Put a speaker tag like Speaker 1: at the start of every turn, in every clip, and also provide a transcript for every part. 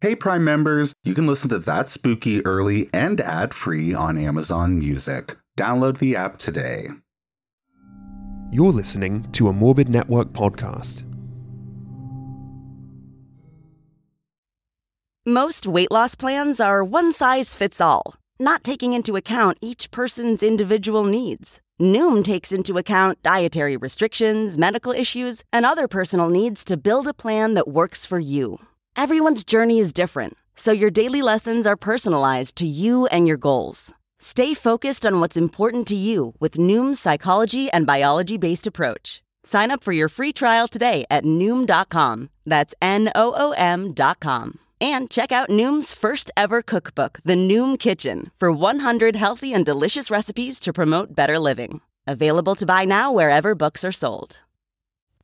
Speaker 1: Hey, Prime members, you can listen to That Spooky early and ad free on Amazon Music. Download the app today.
Speaker 2: You're listening to a Morbid Network podcast.
Speaker 3: Most weight loss plans are one size fits all, not taking into account each person's individual needs. Noom takes into account dietary restrictions, medical issues, and other personal needs to build a plan that works for you. Everyone's journey is different, so your daily lessons are personalized to you and your goals. Stay focused on what's important to you with Noom's psychology and biology based approach. Sign up for your free trial today at Noom.com. That's N O O M.com. And check out Noom's first ever cookbook, The Noom Kitchen, for 100 healthy and delicious recipes to promote better living. Available to buy now wherever books are sold.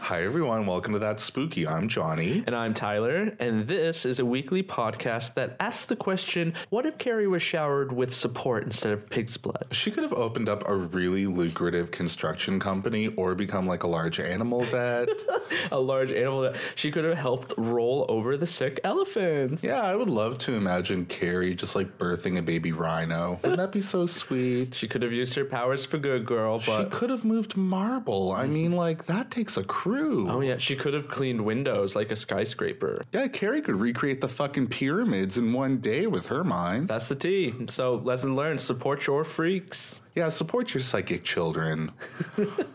Speaker 1: Hi, everyone. Welcome to That Spooky. I'm Johnny.
Speaker 4: And I'm Tyler, and this is a weekly podcast that asks the question what if Carrie was showered with support instead of pig's blood?
Speaker 1: She could have opened up a really lucrative construction company or become like a large animal vet.
Speaker 4: A large animal that she could have helped roll over the sick elephants.
Speaker 1: yeah, I would love to imagine Carrie just like birthing a baby rhino. Wouldn't that be so sweet?
Speaker 4: She could have used her powers for good, girl,
Speaker 1: She
Speaker 4: but. Mm-hmm.
Speaker 1: could have moved marble. I mean, like, that takes a crew.
Speaker 4: Oh, yeah, she could have cleaned windows like a skyscraper.
Speaker 1: Yeah, Carrie could recreate the fucking pyramids in one day with her mind.
Speaker 4: That's the tea. So, lesson learned support your freaks.
Speaker 1: Yeah, support your psychic children.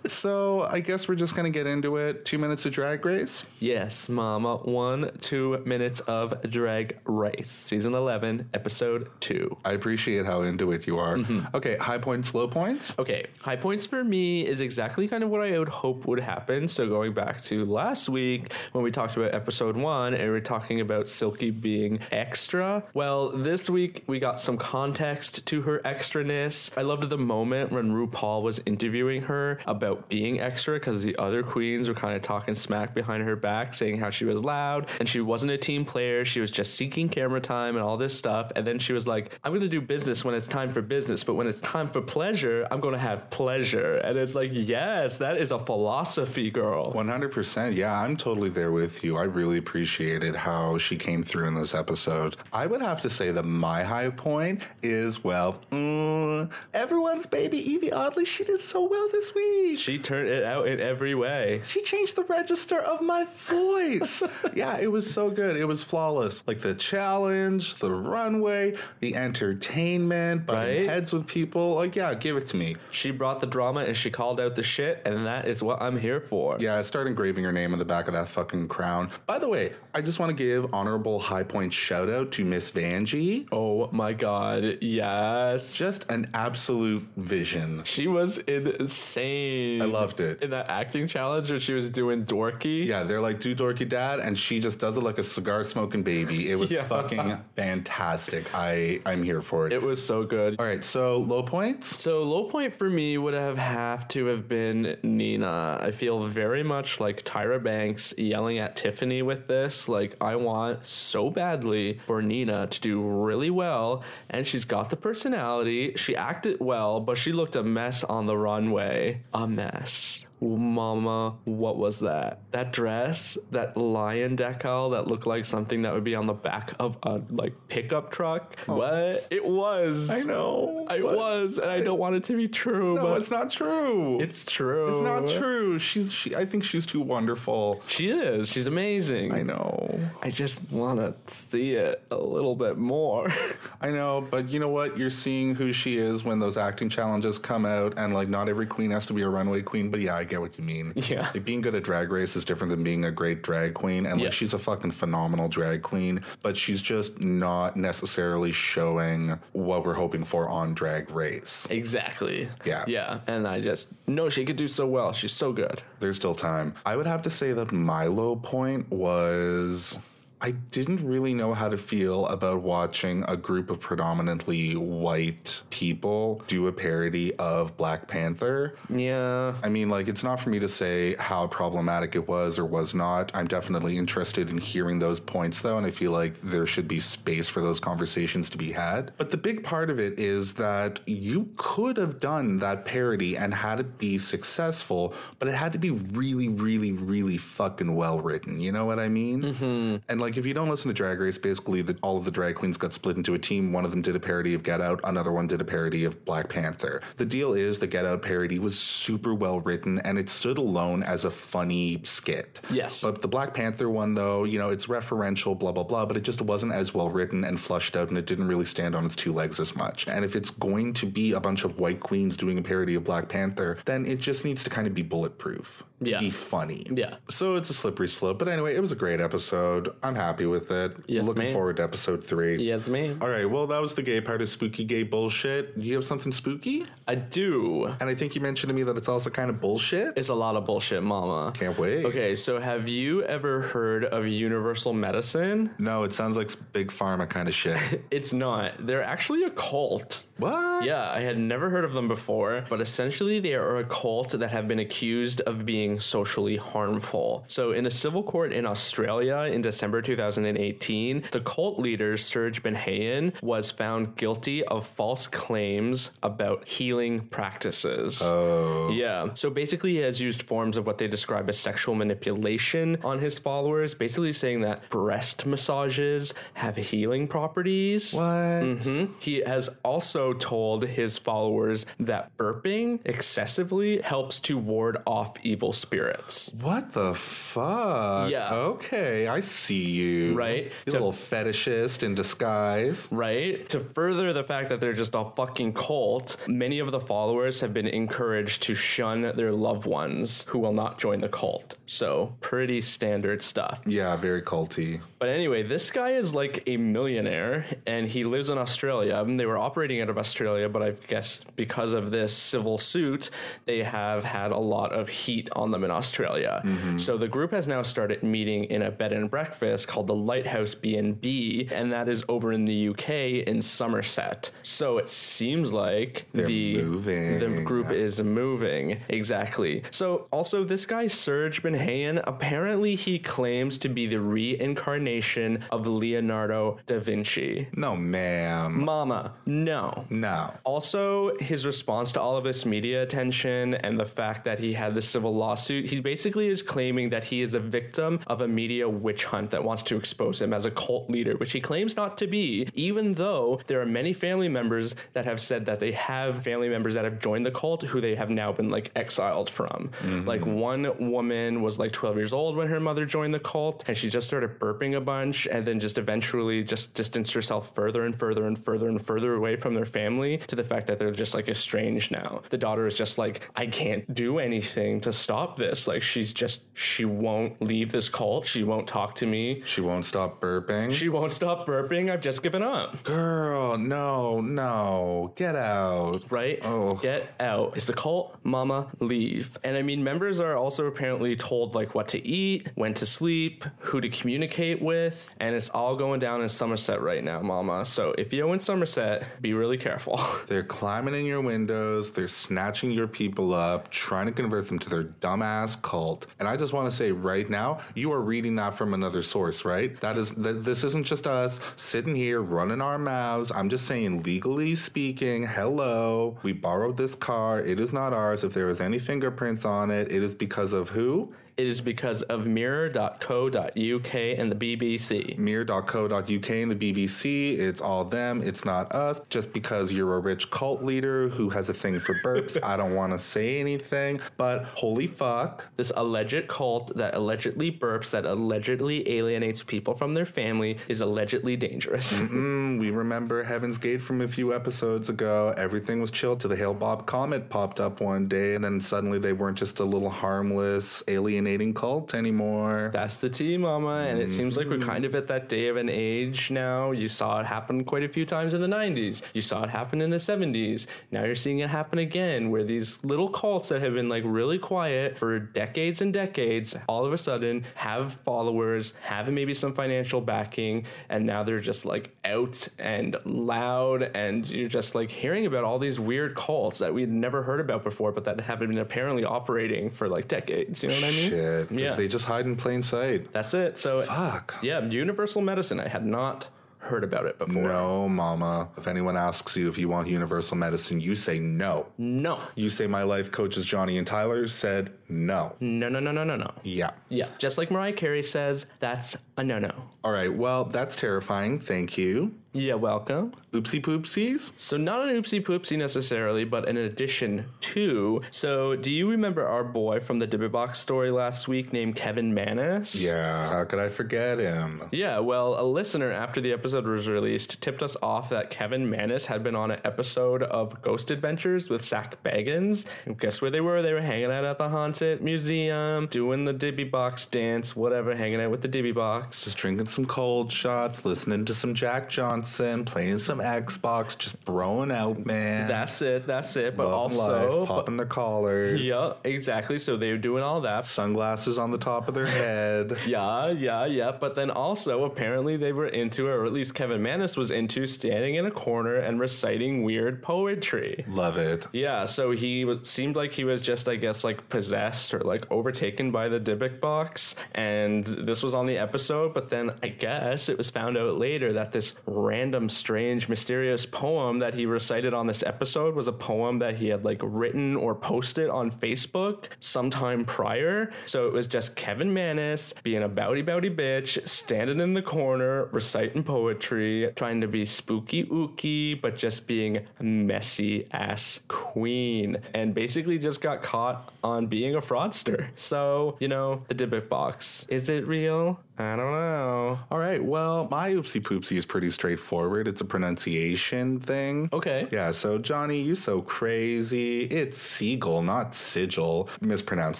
Speaker 1: so I guess we're just gonna get into it. Two minutes of drag race.
Speaker 4: Yes, Mama. One, two minutes of Drag Race, season 11, episode two.
Speaker 1: I appreciate how into it you are.
Speaker 4: Mm-hmm.
Speaker 1: Okay, high points, low points.
Speaker 4: Okay, high points for me is exactly kind of what I would hope would happen. So going back to last week when we talked about episode one and we were talking about Silky being extra. Well, this week we got some context to her extraness. I loved the moment when RuPaul was interviewing her about being extra because the other queens were kind of talking smack behind her back, saying how she was loud and she wasn't a team player. She was just seeking camera time and all this stuff. And then she was like, I'm going to do business when it's time for business, but when it's time for pleasure, I'm going to have pleasure. And it's like, yes, that is a philosophy, girl.
Speaker 1: One hundred percent. Yeah, I'm totally there with you. I really appreciated how she came through in this episode. I would have to say that my high point is well, mm, everyone's baby Evie Oddly. She did so well this week.
Speaker 4: She turned it out in every way.
Speaker 1: She changed the register of my voice. yeah, it was so good. It was flawless. Like the challenge, the runway, the entertainment, butting
Speaker 4: Right?
Speaker 1: heads with people. Like, yeah, give it to me.
Speaker 4: She brought the drama and she called out the shit, and that is what I'm here for.
Speaker 1: Yeah, start engraving your name on the back of that fucking crown. By the way, I just want to give honorable high point shout out to Miss Vanjie.
Speaker 4: Oh my god, yes.
Speaker 1: Just an absolute vision.
Speaker 4: she was insane.
Speaker 1: I loved it.
Speaker 4: in that acting challenge where she was doing dorky.
Speaker 1: Yeah, they're like, do dorky dad, and she just does it like a cigar smoking baby. It was
Speaker 4: Yeah.
Speaker 1: fucking fantastic. I I'm here for it.
Speaker 4: It was so good.
Speaker 1: All right, so low points.
Speaker 4: So low point for me would have have to have been Nina. I feel very much like Tyra Banks yelling at Tiffany with this. Like I want so badly for Nina to do really well, and she's got the personality. She acted well, but she looked a mess on the runway. A mess. Mama, what was that? That dress, that lion decal that looked like something that would be on the back of a like pickup truck. What? It was.
Speaker 1: Oh. I know,
Speaker 4: It
Speaker 1: but-
Speaker 4: was, and I don't want it to be true,
Speaker 1: No,
Speaker 4: but
Speaker 1: it's not true.
Speaker 4: It's true.
Speaker 1: It's not true. She's she. I think she's too wonderful.
Speaker 4: She is. She's amazing.
Speaker 1: I know.
Speaker 4: I just want to see it a little bit more.
Speaker 1: I know, but you know what? You're seeing who she is when those acting challenges come out, and like not every queen has to be a runway queen, but yeah, I get what you mean.
Speaker 4: Yeah.
Speaker 1: Like, being good at drag race is different than being a great drag queen, and like
Speaker 4: Yeah.
Speaker 1: she's a fucking phenomenal drag queen, but she's just not necessarily showing what we're hoping for on drag race.
Speaker 4: exactly.
Speaker 1: Yeah.
Speaker 4: Yeah. And I just know she could do so well. She's so good.
Speaker 1: There's still time. I would have to say that my low point was I didn't really know how to feel about watching a group of predominantly white people do a parody of Black Panther.
Speaker 4: Yeah.
Speaker 1: I mean, like, it's not for me to say how problematic it was or was not. I'm definitely interested in hearing those points, though, and I feel like there should be space for those conversations to be had. But the big part of it is that you could have done that parody and had it be successful, but it had to be really, really, really fucking well written. You know what I mean? And like, if you don't listen to Drag Race, basically the, all of the drag queens got split into a team. One of them did a parody of Get Out, another one did a parody of Black Panther. The deal is the Get Out parody was super well written and it stood alone as a funny skit.
Speaker 4: Yes.
Speaker 1: But the Black Panther one, though, you know, it's referential, blah, blah, blah, but it just wasn't as well written and flushed out and it didn't really stand on its two legs as much. And if it's going to be a bunch of white queens doing a parody of Black Panther, then it just needs to kind of be bulletproof. to
Speaker 4: Yeah.
Speaker 1: Be funny.
Speaker 4: Yeah.
Speaker 1: So it's a slippery slope. But anyway, it was a great episode. I'm happy with it.
Speaker 4: Yes,
Speaker 1: Looking
Speaker 4: ma'am.
Speaker 1: forward to episode three.
Speaker 4: Yes, me.
Speaker 1: All right. Well, that was the gay part of spooky gay bullshit. You have something spooky?
Speaker 4: I do.
Speaker 1: And I think you mentioned to me that it's also kind of bullshit.
Speaker 4: It's a lot of bullshit, mama.
Speaker 1: Can't wait.
Speaker 4: Okay, so have you ever heard of universal medicine?
Speaker 1: No, it sounds like big pharma kind of shit.
Speaker 4: It's not. They're actually a cult.
Speaker 1: what?
Speaker 4: Yeah, I had never heard of them before, but essentially they are a cult that have been accused of being socially harmful. So, in a civil court in Australia in December 2018, the cult leader Serge Benhayen was found guilty of false claims about healing practices.
Speaker 1: Oh.
Speaker 4: Yeah. So basically, he has used forms of what they describe as sexual manipulation on his followers, basically saying that breast massages have healing properties.
Speaker 1: What?
Speaker 4: Mhm. He has also told his followers that burping excessively helps to ward off evil spirits.
Speaker 1: What the fuck?
Speaker 4: Yeah.
Speaker 1: Okay, I see you.
Speaker 4: Right?
Speaker 1: You
Speaker 4: To-
Speaker 1: little fetishist in disguise.
Speaker 4: Right? To further the fact that they're just a fucking cult, many of the followers have been encouraged to shun their loved ones who will not join the cult. So, pretty standard stuff.
Speaker 1: Yeah, very culty.
Speaker 4: But anyway, this guy is like a millionaire and he lives in Australia. And they were operating out of Australia, but I guess because of this civil suit, they have had a lot of heat on them in Australia. So the group has now started meeting in a bed and breakfast called the Lighthouse B&B, and that is over in the UK in Somerset. So it seems like the
Speaker 1: moving.
Speaker 4: the group is moving. Exactly. So, also, this guy, Serge Benhayen, apparently he claims to be the reincarnation of Leonardo da Vinci.
Speaker 1: No, ma'am.
Speaker 4: Mama, no.
Speaker 1: No.
Speaker 4: Also, his response to all of this media attention and the fact that he had the civil lawsuit, he basically is claiming that he is a victim of a media witch hunt that wants to expose him as a cult leader, which he claims not to be, even though there are many family members that have said that they have family members that have joined the cult who they have now been like exiled from. Like one woman was like 12 years old when her mother joined the cult and she just started burping a bunch and then just eventually just distanced herself further and further and further and further away from their family to the fact that they're just like estranged now. The daughter is just like, I can't do anything to stop this. Like she's just, she won't leave this cult. She won't talk to me.
Speaker 1: She won't stop burping.
Speaker 4: She won't stop burping. I've just given up.
Speaker 1: Girl, no, no, get out.
Speaker 4: right?
Speaker 1: Oh.
Speaker 4: Get out. It's a cult. Mama, leave. And I mean, members are also apparently told like what to eat, when to sleep, who to communicate with, and it's all going down in Somerset right now, Mama. So if you're in Somerset, be really careful.
Speaker 1: They're climbing in your windows. They're snatching your people up, trying to convert them to their dumbass cult. And I just want to say right now, you are reading that from another source, right? That is, th- this isn't just us sitting here running our mouths. I'm just saying, legally speaking, hello, we borrowed this car. It is not ours. If there was any fingerprints on it, it is because of who?
Speaker 4: It is because of mirror.co.uk and the BBC.
Speaker 1: Mirror.co.uk and the BBC. It's all them. It's not us. Just because you're a rich cult leader who has a thing for burps, I don't want to say anything. But holy fuck,
Speaker 4: This alleged cult that allegedly burps, that allegedly alienates people from their family, is allegedly dangerous.
Speaker 1: Mm, we remember Heaven's Gate from a few episodes ago. Everything was chill till the Hale Bob comet popped up one day, and then suddenly they weren't just a little harmless, alienating cult anymore.
Speaker 4: That's the tea, mama. And it seems like we're kind of at that day of an age now. You saw it happen quite a few times in the 90s. You saw it happen in the 70s. Now you're seeing it happen again, where these little cults that have been like really quiet for decades and decades all of a sudden have followers, have maybe some financial backing, and now they're just like out and loud. And you're just like hearing about all these weird cults that we'd never heard about before, but that have been apparently operating for like decades. You know what I mean?
Speaker 1: Shit. 'cause
Speaker 4: Yeah.
Speaker 1: They just hide in plain sight.
Speaker 4: That's it. So
Speaker 1: Fuck.
Speaker 4: Yeah, universal medicine. I had not heard about it before.
Speaker 1: No, mama. If anyone asks you if you want universal medicine, you say no.
Speaker 4: No.
Speaker 1: You say my life coaches Johnny and Tyler said no.
Speaker 4: No, no, no, no, no, no.
Speaker 1: Yeah.
Speaker 4: Yeah. Just like Mariah Carey says, that's a no no.
Speaker 1: All right. Well, that's terrifying. Thank you.
Speaker 4: Yeah, welcome.
Speaker 1: Oopsie poopsies.
Speaker 4: So, not an oopsie poopsie necessarily, but an addition to. So, do you remember our boy from the Dibby Box story last week named Kevin Manis?
Speaker 1: Yeah. How could I forget him?
Speaker 4: Yeah, well, a listener after the episode was released tipped us off that Kevin Manis had been on an episode of Ghost Adventures with Zach Baggins. And guess where they were? They were hanging out at the Haunted Museum, doing the Dibby Box dance, whatever, hanging out with the Dibby Box.
Speaker 1: Just drinking some cold shots, listening to some Jack Johnson, playing some Xbox, just throwing out, man.
Speaker 4: That's it, that's it. But
Speaker 1: Love
Speaker 4: also,
Speaker 1: life, popping their collars,
Speaker 4: yeah, exactly. So they were doing all that.
Speaker 1: sunglasses on the top of their head.
Speaker 4: Yeah, yeah, yeah. But then also, apparently, they were into, or at least Kevin Manis was into, standing in a corner and reciting weird poetry.
Speaker 1: Love it.
Speaker 4: Yeah, so he w- seemed like he was just, I guess, like possessed or like overtaken by the Dybbuk box. And this was on the episode, but then I guess it was found out later that this random, strange, mysterious poem that he recited on this episode was a poem that he had like written or posted on Facebook sometime prior. So it was just Kevin Manis being a bowdy bowdy bitch, standing in the corner, reciting poetry, trying to be spooky ooky, but just being a messy ass queen. And basically just got caught on being a fraudster. So, you know, the Dybbuk box. Is it real? I don't know.
Speaker 1: All right. Well, my oopsie poopsie is pretty straightforward. It's a pronunciation thing.
Speaker 4: Okay.
Speaker 1: Yeah, so Johnny, you so crazy. It's Siegel, not Sigil. Mispronounced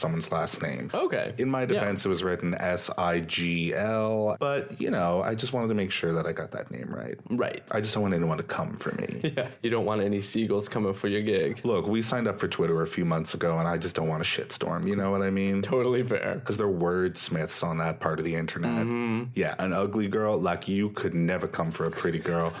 Speaker 1: someone's last name.
Speaker 4: Okay.
Speaker 1: In my
Speaker 4: Oh. Yeah.
Speaker 1: defense, it was written S I G L, but you know, I just wanted to make sure that I got that name right.
Speaker 4: Right.
Speaker 1: I just don't want anyone to come for me.
Speaker 4: Yeah. You don't want any seagulls coming for your gig.
Speaker 1: Look, we signed up for Twitter a few months ago, and I just don't want a shitstorm. You know what I mean?
Speaker 4: Totally fair.
Speaker 1: Because they're wordsmiths on that part of the internet.
Speaker 4: Mm-hmm.
Speaker 1: Yeah, an ugly girl like you could never come for a pretty girl.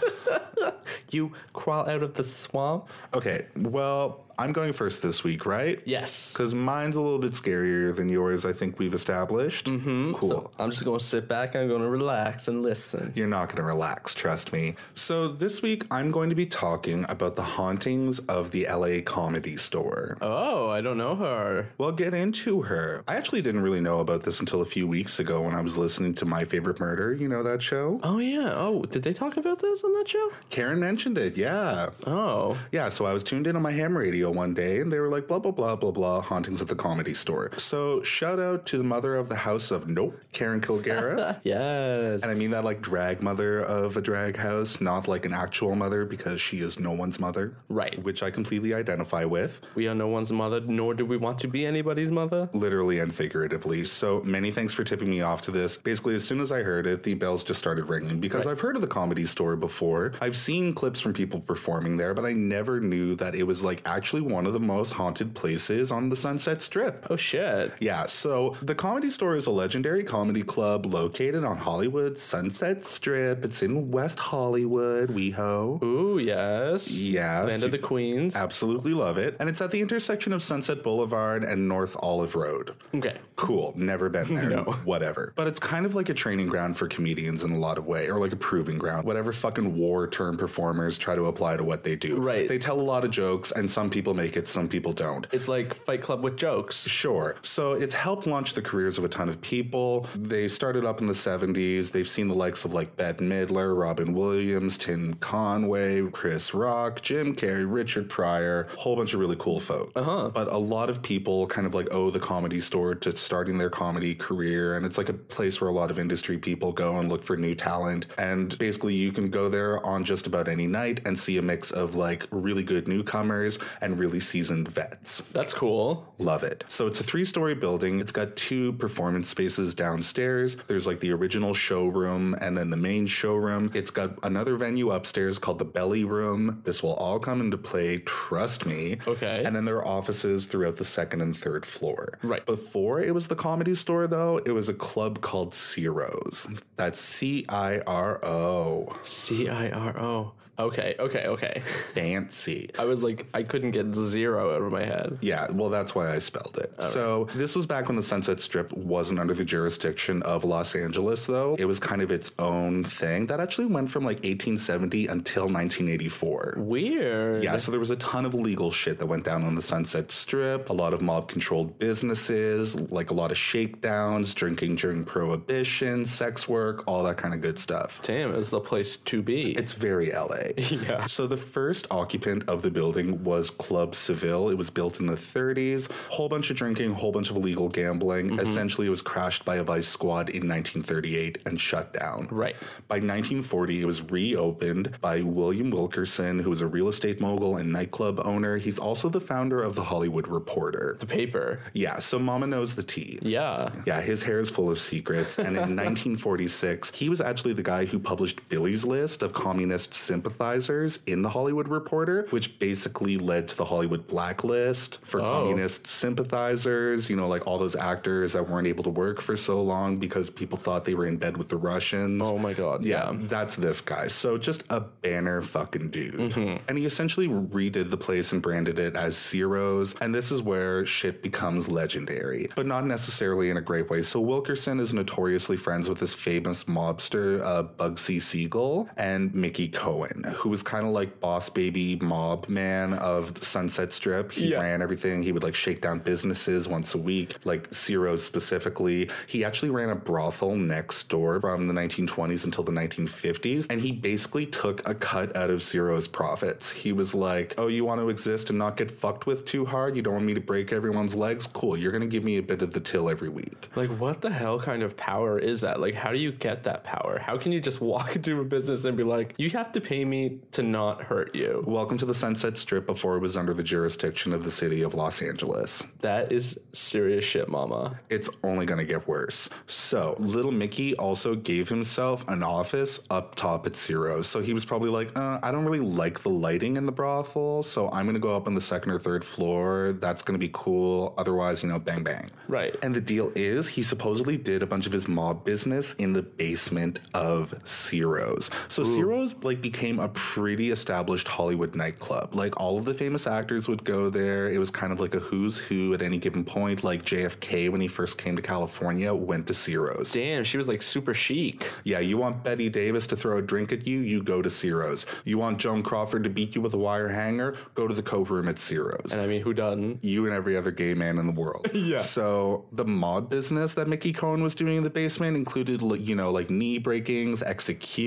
Speaker 4: You crawl out of the swamp?
Speaker 1: okay, well, I'm going first this week, right?
Speaker 4: Yes.
Speaker 1: Because mine's a little bit scarier than yours, I think we've established. Mm-hmm. Cool.
Speaker 4: I'm just gonna sit back. I'm gonna relax and listen.
Speaker 1: You're not going to relax, trust me. So, this week I'm going to be talking about the hauntings of the LA comedy store.
Speaker 4: Oh, I don't know her.
Speaker 1: Well, get into her. I actually didn't really know about this until a few weeks ago when I was listening to My Favorite Murder. You know that show?
Speaker 4: Oh yeah. Oh, did they talk about this on that show?
Speaker 1: Karen mentioned it, yeah.
Speaker 4: Oh,
Speaker 1: Yeah, so I was tuned in on my ham radio one day and they were like, blah, blah, blah, blah, blah, hauntings at the comedy store. So, shout out to the mother of the house of Nope, Karen Kilgariff.
Speaker 4: yes.
Speaker 1: And I mean that like drag mother of a drag house, not like an actual mother because she is no one's mother.
Speaker 4: Right.
Speaker 1: Which I completely identify with,
Speaker 4: we are no one's mother, nor do we want to be anybody's mother.
Speaker 1: literally and figuratively. So many thanks for tipping me off to this. Basically, as soon as I heard it, the bells just started ringing because I've heard of the comedy store before. I've seen clips from people performing there, but I never knew that it was like actually actually one of the most haunted places on the Sunset Strip.
Speaker 4: Oh shit.
Speaker 1: Yeah, so the Comedy Store is a legendary comedy club located on Hollywood's Sunset Strip. It's in West Hollywood, WeHo.
Speaker 4: Ooh, yes.
Speaker 1: Yes.
Speaker 4: Land of the Queens.
Speaker 1: Absolutely love it. And it's at the intersection of Sunset Boulevard and North Olive Road.
Speaker 4: Okay.
Speaker 1: Cool. Never been there. Whatever. But it's kind of like a training ground for comedians in a lot of way, or like a proving ground. Whatever fucking war term performers try to apply to what they do.
Speaker 4: Right.
Speaker 1: They tell a lot of jokes, and some people make it, some people don't.
Speaker 4: It's like Fight Club with jokes.
Speaker 1: Sure. So it's helped launch the careers of a ton of people. They started up in the 70s. They've seen the likes of like Bette Midler, Robin Williams, Tim Conway, Chris Rock, Jim Carrey, Richard Pryor, whole bunch of really cool folks. Uh-huh. But a lot of people kind of like owe the comedy store to starting their comedy career. And it's like a place where a lot of industry people go and look for new talent. And basically, you can go there on just about any night and see a mix of like really good newcomers and really seasoned vets.
Speaker 4: That's cool.
Speaker 1: Love it. So it's a three story building. It's got two performance spaces downstairs. There's like the original showroom and then the main showroom. It's got another venue upstairs called the Belly Room. This will all come into play, trust me.
Speaker 4: Okay.
Speaker 1: And then there are offices throughout the second and third floor.
Speaker 4: Right.
Speaker 1: Before it was the comedy store, though, it was a club called Ciro's. That's C I R O.
Speaker 4: C I R O. Okay, okay, okay.
Speaker 1: Fancy.
Speaker 4: I was like, I couldn't get zero out of my head.
Speaker 1: Yeah, well, that's why I spelled it. so this was back when the Sunset Strip wasn't under the jurisdiction of Los Angeles, though. It was kind of its own thing that actually went from like 1870 until 1984.
Speaker 4: Weird.
Speaker 1: Yeah, so there was a ton of legal shit that went down on the Sunset Strip, a lot of mob controlled businesses, like a lot of shakedowns, drinking during prohibition, sex work, all that kind of good stuff.
Speaker 4: Damn, it's the place to be.
Speaker 1: It's very LA.
Speaker 4: Yeah.
Speaker 1: So the first occupant of the building was Club Seville. It was built in the 30s. Whole bunch of drinking, whole bunch of illegal gambling.
Speaker 4: Mm-hmm.
Speaker 1: Essentially, it was crashed by a vice squad in 1938 and shut down.
Speaker 4: Right.
Speaker 1: By 1940, it was reopened by William Wilkerson, who was a real estate mogul and nightclub owner. He's also the founder of the Hollywood Reporter.
Speaker 4: the paper.
Speaker 1: Yeah. So Mama knows the tea.
Speaker 4: Yeah.
Speaker 1: Yeah, his hair is full of secrets. And in 1946, he was actually the guy who published Billy's list of communist sympathizers in the Hollywood Reporter, which basically led to the Hollywood blacklist for
Speaker 4: Oh.
Speaker 1: communist sympathizers, you know, like all those actors that weren't able to work for so long because people thought they were in bed with the Russians.
Speaker 4: Oh my god.
Speaker 1: Yeah, that's this guy. So just a banner fucking dude. And he essentially redid the place and branded it as Zero's. And this is where shit becomes legendary, but not necessarily in a great way. So Wilkerson is notoriously friends with this famous mobster, uh, Bugsy Siegel, and Mickey Cohen, who was kind of like boss baby mob man of the Sunset Strip. He
Speaker 4: Yeah.
Speaker 1: ran everything. He would like shake down businesses once a week, like Ciro's specifically. He actually ran a brothel next door from the 1920s until the 1950s, and he basically took a cut out of Ciro's profits. He was like, "Oh, you want to exist and not get fucked with too hard? You don't want me to break everyone's legs? Cool. You're gonna give me a bit of the till every week."
Speaker 4: Like what the hell kind of power is that? Like how do you get that power? How can you just walk into a business and be like, you have to pay me to not hurt you?
Speaker 1: Welcome to the Sunset Strip before it was under the jurisdiction of the city of Los Angeles.
Speaker 4: That is serious shit, mama.
Speaker 1: it's only going to get worse. So, little Mickey also gave himself an office up top at Zero. So, he was probably like, uh, I don't really like the lighting in the brothel. So, I'm going to go up on the second or third floor. That's going to be cool. Otherwise, you know, bang, bang.
Speaker 4: Right.
Speaker 1: And the deal is, he supposedly did a bunch of his mob business in the basement of Ciro's. So Ciro's like became a pretty established Hollywood nightclub. Like all of the famous actors would go there. It was kind of like a who's who at any given point. Like JFK when he first came to California went to Ciro's.
Speaker 4: Damn, she was like super chic.
Speaker 1: Yeah, you want Betty Davis to throw a drink at you? You go to Ciro's. You want Joan Crawford to beat you with a wire hanger? Go to the coat room at Ciro's
Speaker 4: And I mean, who doesn't?
Speaker 1: you and every other gay man in the world. yeah. So the mod business that Mickey Cohen was doing in the basement included, li- you know, like knee breakings,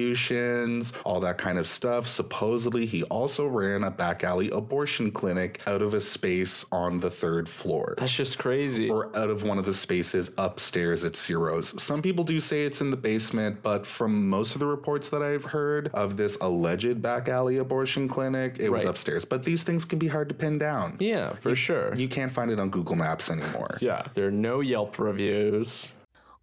Speaker 1: executions, all that kind of stuff. Supposedly, he also ran a back alley abortion clinic out of a space on the third floor.
Speaker 4: That's just crazy.
Speaker 1: or out of one of the spaces upstairs at Ciro's. Some people do say it's in the basement, but from most of the reports that I've heard of this alleged back alley abortion clinic, it was
Speaker 4: Right.
Speaker 1: upstairs. But these things can be hard to pin down.
Speaker 4: Yeah, for sure.
Speaker 1: You can't find it on Google Maps anymore.
Speaker 4: yeah. There are no Yelp reviews.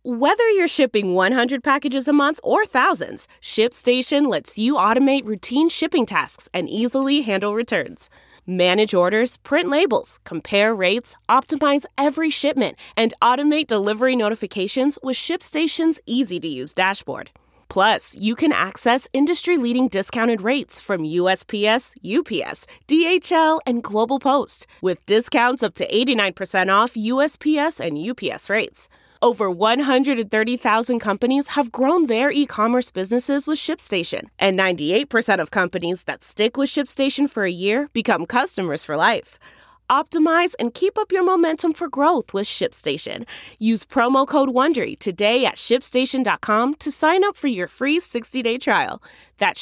Speaker 5: Whether you're shipping 100 packages a month or thousands, ShipStation lets you automate routine shipping tasks and easily handle returns. manage orders, print labels, compare rates, optimize every shipment, and automate delivery notifications with ShipStation's easy to use dashboard. Plus, you can access industry leading discounted rates from USPS, UPS, DHL, and Global Post with discounts up to 89% off USPS and UPS rates. Over 130,000 companies have grown their e commerce businesses with ShipStation, and 98% of companies that stick with ShipStation for a year become customers for life. Optimize and keep up your momentum for growth with ShipStation. Use promo code WONDERY today at shipstation.com to sign up for your free 60-day trial. That's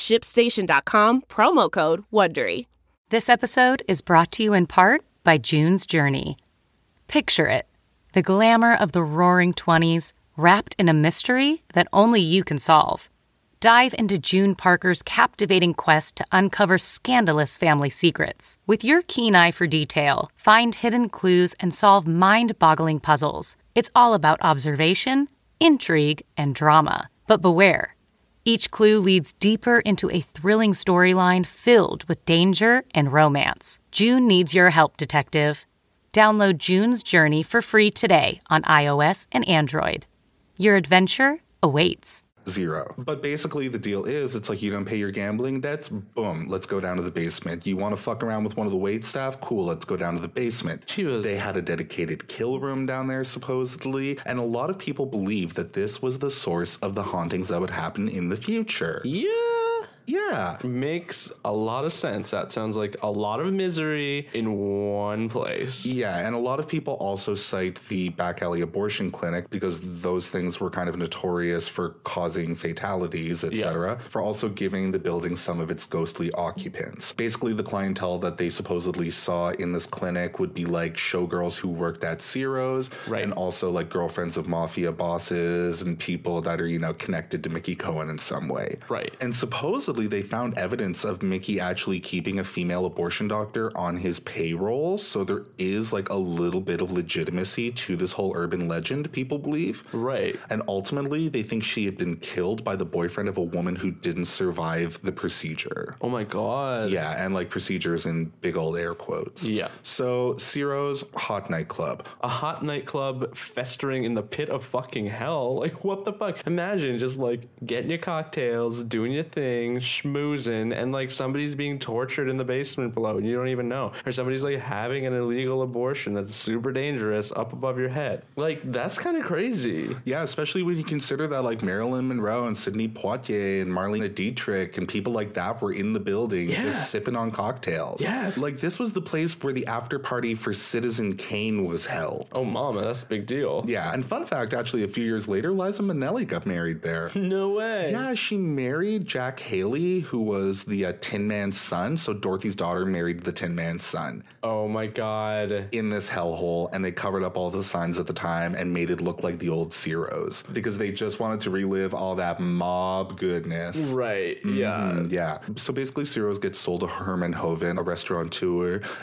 Speaker 5: shipstation.com, promo code WONDERY.
Speaker 6: This episode is brought to you in part by June's Journey. Picture it the glamour of the roaring 20s wrapped in a mystery that only you can solve. Dive into June Parker's captivating quest to uncover scandalous family secrets. With your keen eye for detail, find hidden clues and solve mind boggling puzzles. It's all about observation, intrigue, and drama. But beware, each clue leads deeper into a thrilling storyline filled with danger and romance. June needs your help, detective. Download June's Journey for free today on iOS and Android. Your adventure awaits.
Speaker 1: zero. But basically, the deal is it's like you don't pay your gambling debts, boom, let's go down to the basement. You want to fuck around with one of the wait staff? Cool, let's go down to the basement.
Speaker 4: She was-
Speaker 1: They had a dedicated kill room down there, supposedly, and a lot of people believe that this was the source of the hauntings that would happen in the future.
Speaker 4: Yeah.
Speaker 1: Yeah.
Speaker 4: Makes a lot of sense. That sounds like a lot of misery in one place.
Speaker 1: Yeah, and a lot of people also cite the back alley abortion clinic because those things were kind of notorious for causing fatalities, etc., for also giving the building some of its ghostly occupants. Basically, the clientele that they supposedly saw in this clinic would be like showgirls who worked at Ciro's
Speaker 4: Right.
Speaker 1: and also like girlfriends of mafia bosses and people that are, you know, connected to Mickey Cohen in some way.
Speaker 4: Right.
Speaker 1: And supposedly, they found evidence of Mickey actually keeping a female abortion doctor on his payroll. So there is like a little bit of legitimacy to this whole urban legend, people believe.
Speaker 4: Right.
Speaker 1: And ultimately, they think she had been killed by the boyfriend of a woman who didn't survive the procedure.
Speaker 4: Oh my god.
Speaker 1: Yeah, and like procedures in big old air quotes.
Speaker 4: Yeah.
Speaker 1: So, Ciro's Hot Nightclub.
Speaker 4: A hot nightclub festering in the pit of fucking hell. Like, what the fuck? Imagine just like getting your cocktails, doing your thing, schmoozing, and like somebody's being tortured in the basement below and you don't even know. Or somebody's like having an illegal abortion that's super dangerous up above your head. Like, that's kind of crazy.
Speaker 1: Yeah, especially when you consider that like Marilyn Monroe and Sidney Poitier and Marlena Dietrich and people like that were in the building just sipping on cocktails.
Speaker 4: Yeah.
Speaker 1: Like this was the place where the after party for Citizen Kane was held.
Speaker 4: Oh, mama, that's a big deal.
Speaker 1: Yeah, and fun fact actually, a few years later, Liza Minnelli got married there.
Speaker 4: No way.
Speaker 1: Yeah, she married Jack Haley, who was the uh, Tin Man's son. So Dorothy's daughter married the Tin Man's son
Speaker 4: Oh my god.
Speaker 1: in this hellhole and they covered up all the signs at the time and made it look like the old Zeros because they just wanted to relive all that mob goodness.
Speaker 4: Right. Yeah.
Speaker 1: Mm, yeah. So basically, Zeros gets sold to Herman Hoven, a restaurateur,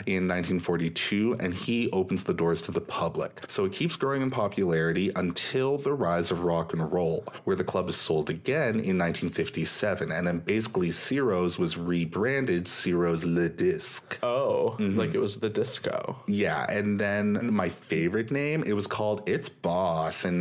Speaker 1: in 1942, and he opens the doors to the public. So it keeps growing in popularity until the rise of rock and roll, where the club is sold again in 1957. And then basically, Zeros was rebranded Zeros Le Disque.
Speaker 4: Oh, like it was the disco.
Speaker 1: Yeah, and then my favorite name, it was called It's Boss in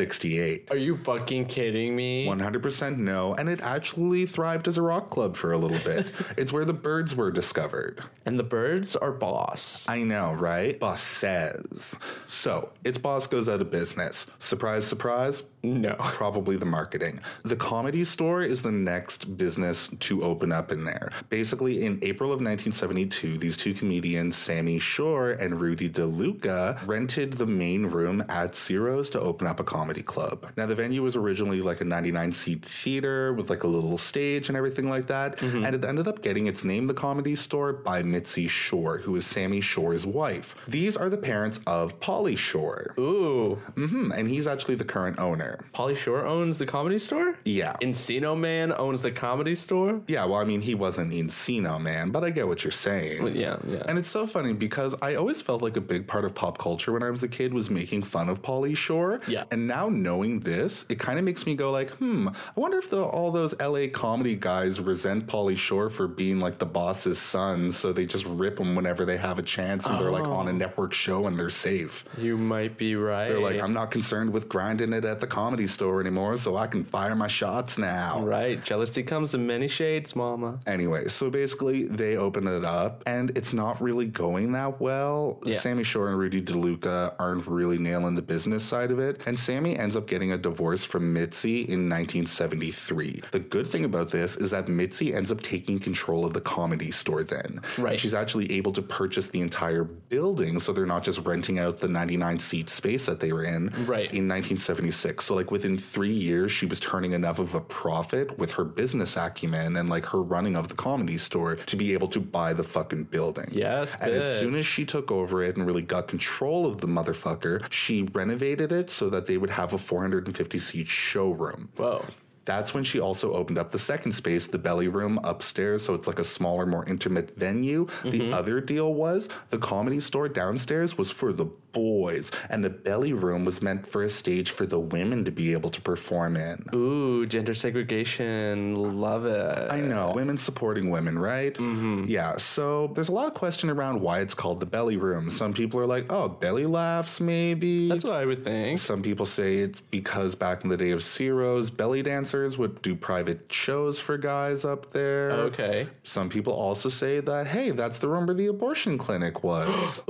Speaker 1: 1968.
Speaker 4: Are you fucking kidding me?
Speaker 1: 100% no, and it actually thrived as a rock club for a little bit. it's where the birds were discovered.
Speaker 4: And the birds are boss.
Speaker 1: I know, right? Boss says. So, It's Boss goes out of business. Surprise, surprise.
Speaker 4: no.
Speaker 1: Probably the marketing. The comedy store is the next business to open up in there. Basically, in April of 1972, these two comedians, Sammy Shore and Rudy DeLuca, rented the main room at Ciro's to open up a comedy club. Now, the venue was originally like a 99 seat theater with like a little stage and everything like that. And it ended up getting its name, The Comedy Store, by Mitzi Shore, who is Sammy Shore's wife. These are the parents of Polly Shore.
Speaker 4: Ooh.
Speaker 1: hmm And he's actually the current owner.
Speaker 4: Polly Shore owns the comedy store?
Speaker 1: Yeah.
Speaker 4: Encino Man owns the comedy store?
Speaker 1: yeah, well, I mean, he wasn't Encino Man, but I get what you're saying.
Speaker 4: Well, yeah, yeah.
Speaker 1: And it's so funny because I always felt like a big part of pop culture when I was a kid was making fun of Polly Shore.
Speaker 4: Yeah.
Speaker 1: And now knowing this, it kind of makes me go like, hmm, I wonder if the, all those LA comedy guys resent Polly Shore for being like the boss's son, so they just rip him whenever they have a chance and they're like on a network show and they're safe.
Speaker 4: you might be right.
Speaker 1: They're like, I'm not concerned with grinding it at the comedy store anymore, so I can fire my shots now.
Speaker 4: right. Jealousy comes in many shades, mama.
Speaker 1: Anyway, so basically they open it up and it's not really going that well.
Speaker 4: Yeah.
Speaker 1: Sammy Shore and Rudy DeLuca aren't really nailing the business side of it. And Sammy ends up getting a divorce from Mitzi in 1973. The good thing about this is that Mitzi ends up taking control of the comedy store then.
Speaker 4: Right.
Speaker 1: And she's actually able to purchase the entire building so they're not just renting out the 99 seat space that they were in
Speaker 4: Right.
Speaker 1: in 1976. So, like, within three years, she was turning enough of a profit with her business acumen and, like, her running of the comedy store to be able to buy the fucking building.
Speaker 4: Yes,
Speaker 1: And as
Speaker 4: bitch.
Speaker 1: soon as she took over it and really got control of the motherfucker, she renovated it so that they would have a 450 seat showroom.
Speaker 4: Whoa.
Speaker 1: That's when she also opened up the second space, the belly room upstairs. So it's like a smaller, more intimate venue. The other deal was the comedy store downstairs was for the boys, and the belly room was meant for a stage for the women to be able to perform in.
Speaker 4: Ooh, gender segregation. Love it.
Speaker 1: I know. Women supporting women, right? Mm-hmm. Yeah. So there's a lot of question around why it's called the belly room. Some people are like, oh, belly laughs, maybe.
Speaker 4: That's what I would think.
Speaker 1: Some people say it's because back in the day of Ciro's, belly dancers would do private shows for guys up there.
Speaker 4: Okay.
Speaker 1: Some people also say that, hey, that's the room where the abortion clinic was.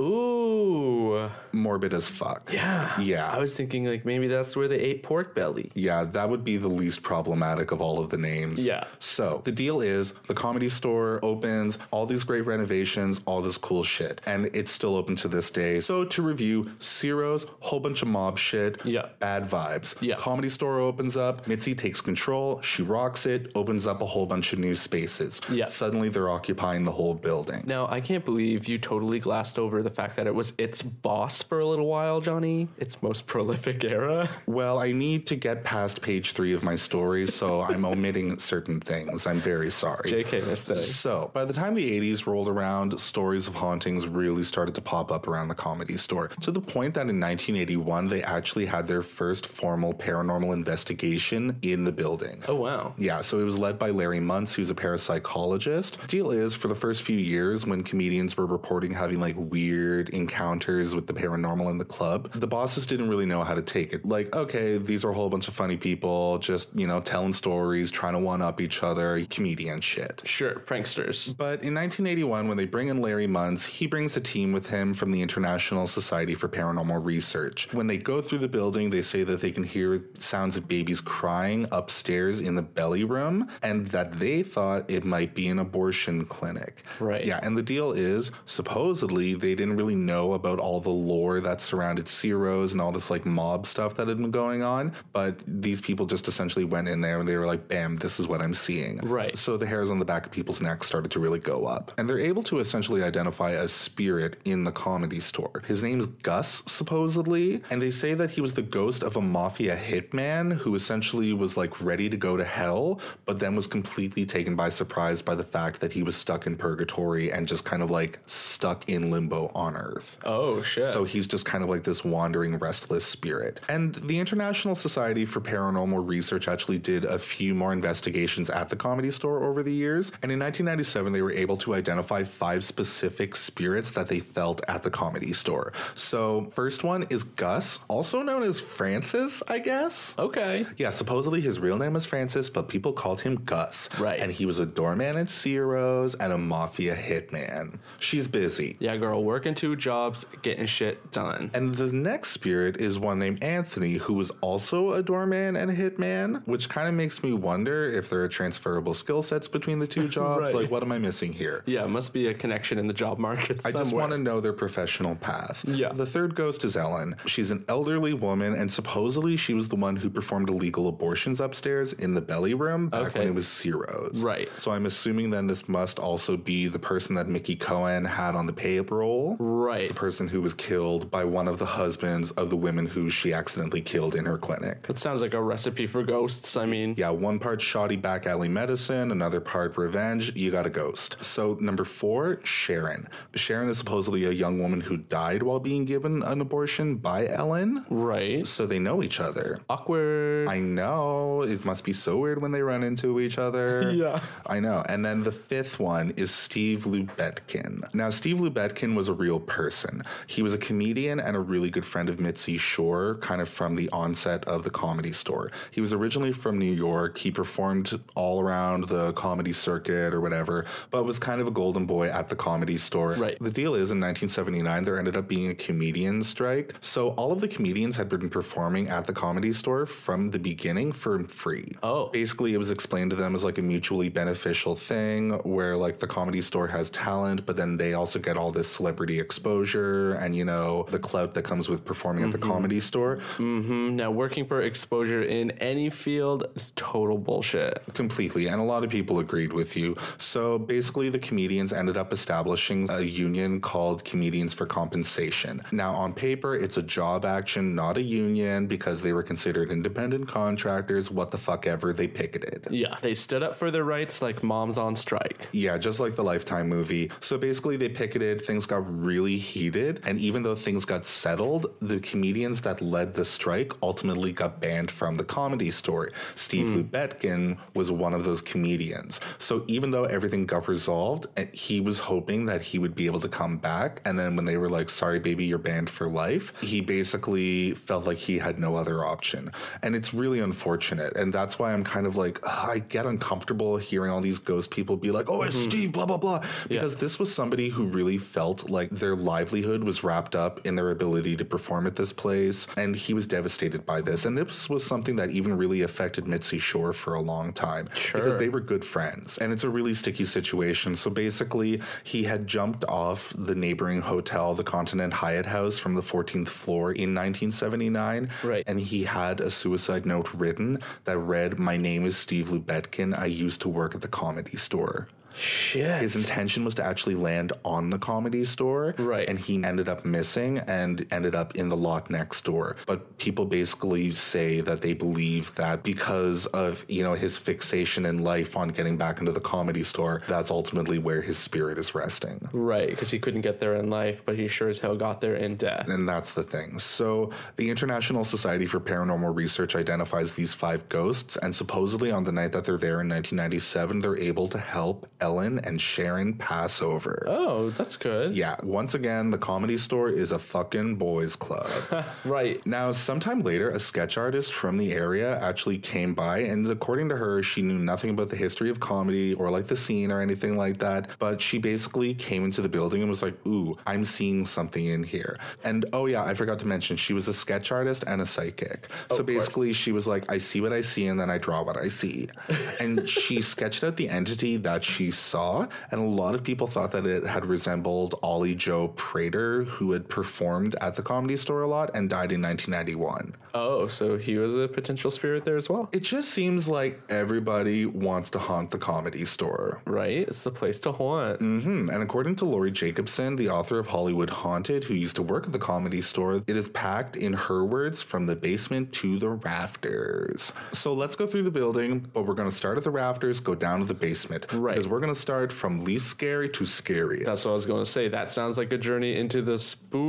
Speaker 4: Ooh.
Speaker 1: Morbid as fuck.
Speaker 4: Yeah.
Speaker 1: Yeah.
Speaker 4: I was thinking like maybe that's where they ate pork belly.
Speaker 1: Yeah, that would be the least problematic of all of the names.
Speaker 4: Yeah.
Speaker 1: So the deal is the comedy store opens, all these great renovations, all this cool shit, and it's still open to this day. So to review, Ciro's, whole bunch of mob shit,
Speaker 4: Yeah.
Speaker 1: bad vibes.
Speaker 4: Yeah.
Speaker 1: Comedy store opens up, Mitzi takes control, she rocks it, opens up a whole bunch of new spaces.
Speaker 4: Yeah.
Speaker 1: Suddenly they're occupying the whole building.
Speaker 4: Now, I can't believe you totally glassed over the fact that it was its boss for a little while, Johnny. Its most prolific era.
Speaker 1: Well, I need to get past page three of my story, so I'm omitting certain things. I'm very sorry.
Speaker 4: JK, that's the
Speaker 1: So, by the time the 80s rolled around, stories of hauntings really started to pop up around the comedy store to the point that in 1981, they actually had their first formal paranormal investigation in the building.
Speaker 4: Oh, wow.
Speaker 1: Yeah, so it was led by Larry Muntz, who's a parapsychologist. Deal is, for the first few years, when comedians were reporting having like weird encounters with the paranormal in the club, the bosses didn't really know how to take it. Like, okay, these are a whole bunch of funny people, just, you know, telling stories, trying to one up each other, comedian shit.
Speaker 4: Sure, pranksters.
Speaker 1: But in 1981, when they bring in Larry Munz, he brings a team with him from the International Society for Paranormal Research. When they go through the building, they say that they can hear sounds of babies crying upstairs in the belly room and that they thought it might be an abortion clinic.
Speaker 4: Right.
Speaker 1: Yeah, and the deal is supposedly they didn't really know about all the lore that surrounded Ciro's and all this like mob stuff that had been going on, but these people just essentially went in there and they were like, bam, this is what I'm seeing.
Speaker 4: Right.
Speaker 1: So the hairs on the back of people's necks started to really go up. And they're able to essentially identify a spirit in the comedy store. His name's Gus, supposedly. And they say that he was the ghost of a mafia hitman who essentially was like ready to go to hell, but then was completely taken by surprise by the fact that he was stuck in purgatory and just kind of like stuck in limbo on earth.
Speaker 4: Oh, shit.
Speaker 1: So he's just kind of like this wandering, restless spirit. And the International Society for Paranormal Research actually did a few more investigations at the comedy store over the years. And in 1997, they were able to identify five specific spirits that they felt at the comedy store. So, first one is Gus, also known as Francis, I guess.
Speaker 4: okay.
Speaker 1: Yeah, supposedly his real name was Francis, but people called him Gus.
Speaker 4: Right.
Speaker 1: And he was a doorman at Ciro's and a mafia hitman. She's busy.
Speaker 4: Yeah, girl, working two jobs, getting shit done.
Speaker 1: And the next spirit is one named Anthony, who was also a doorman and a hitman, which kind of makes me wonder if there are transferable skill sets between the two jobs.
Speaker 4: Right.
Speaker 1: Like, what am I missing here?
Speaker 4: Yeah, must be a connection in the job market.
Speaker 1: I just want
Speaker 4: to.
Speaker 1: to know their professional path.
Speaker 4: Yeah.
Speaker 1: The third ghost is Ellen. She's an elderly woman, and supposedly she was the one who performed illegal abortions upstairs in the belly room back
Speaker 4: Okay.
Speaker 1: when it was zeros.
Speaker 4: Right.
Speaker 1: So I'm assuming then this must also be the person that Mickey Cohen had on the payroll.
Speaker 4: Right.
Speaker 1: The person who was killed by one of the husbands of the women who she accidentally killed in her clinic.
Speaker 4: It sounds like a recipe for ghosts. I mean,
Speaker 1: Yeah, one part shoddy back alley medicine, another part revenge. You got a ghost. So, number four, Sharon. Sharon is supposedly a young woman who died while being given an abortion by Ellen.
Speaker 4: right.
Speaker 1: So they know each other.
Speaker 4: Awkward.
Speaker 1: I know. It must be so weird when they run into each other.
Speaker 4: Yeah.
Speaker 1: I know. And then the fifth one is Steve Lubetkin. Now, Steve Lubetkin was a real person. He was a comedian and a really good friend of Mitzi Shore, kind of from the onset of the comedy store. He was originally from New York. He performed all around the comedy circuit or whatever, but was kind of a golden boy at the comedy store.
Speaker 4: Right.
Speaker 1: The deal is in 1979, there ended up being a comedian strike. So all of the comedians had been performing at the comedy store from the beginning for free.
Speaker 4: Oh.
Speaker 1: Basically, it was explained to them as like a mutually beneficial thing where like the comedy store has talent, but then they also get all this celebrity exposure and, you know, the clout that comes with performing at
Speaker 4: Mm-hmm.
Speaker 1: the comedy store.
Speaker 4: now, working for exposure in any field is total bullshit.
Speaker 1: Completely. And a lot of people agreed with you. So basically, the comedians ended up establishing a union called Comedians for Compensation. Now, on paper, it's a job action, not a union, because they were considered independent contractors, what the fuck ever, they picketed.
Speaker 4: Yeah, they stood up for their rights like moms on strike.
Speaker 1: Yeah, just like the Lifetime movie. So basically, they picketed, things got really heated, and even though things got settled, the comedians that led the strike ultimately got banned from the comedy store. Steve Lubetkin was one of those comedians. So even though everything got resolved, eh, he was hoping that he would be able to come back. And then when they were like, sorry, baby, you're banned for life, he basically felt like he had no other option. And it's really unfortunate. And that's why I'm kind of like, ugh, I get uncomfortable hearing all these ghost people be like, oh, it's Steve, blah, blah, blah. Because this was somebody who really felt like their livelihood was wrapped up in their ability to perform at this place. And he was devastated by this. And this was something that even really affected Mitzi Shore for a long time. Because they were good friends. And it's a really sticky situation. So basically, he had jumped off the neighboring hotel, the Continent Hyatt House, from the 14th floor in 1979.
Speaker 4: Right.
Speaker 1: And he had a suicide note written that read, My name is Steve Lubetkin. I used to work at the comedy store.
Speaker 4: Shit.
Speaker 1: His intention was to actually land on the comedy store.
Speaker 4: Right.
Speaker 1: And he ended up missing and ended up in the lot next door. But people basically say that they believe that because of, you know, his fixation in life on getting back into the comedy store, that's ultimately where his spirit is resting.
Speaker 4: Right, because he couldn't get there in life, but he sure as hell got there in death.
Speaker 1: And that's the thing. So, the International Society for Paranormal Research identifies these five ghosts, and supposedly on the night that they're there in 1997, they're able to help Ellen and Sharon pass over.
Speaker 4: Oh, that's good.
Speaker 1: Yeah, once again, the comedy store is a fucking boys' club.
Speaker 4: Right.
Speaker 1: now, sometime later, a sketch artist from the area actually came by, and according to her, she knew nothing about the history of comedy or like the scene or anything like that. But she basically came into the building and was like, Ooh, I'm seeing something in here. And oh, yeah, I forgot to mention, she was a sketch artist and a psychic. so basically, she was like, I see what I see, and then I draw what I see. and she sketched out the entity that she saw, and a lot of people thought that it had resembled Ollie Joe Prater, who had performed at the comedy store a lot and died in 1991.
Speaker 4: Oh, so he was a potential spirit there as well.
Speaker 1: It just seems like everybody wants to haunt the comedy store.
Speaker 4: Right? It's the place to haunt.
Speaker 1: hmm And according to Lori Jacobson, the author of Hollywood Haunted, who used to work at the comedy store, it is packed, in her words, from the basement to the rafters. So let's go through the building, but we're going to start at the rafters, go down to the basement.
Speaker 4: Right.
Speaker 1: Because we're going to start from least scary to scariest.
Speaker 4: That's what I was going to say. That sounds like a journey into the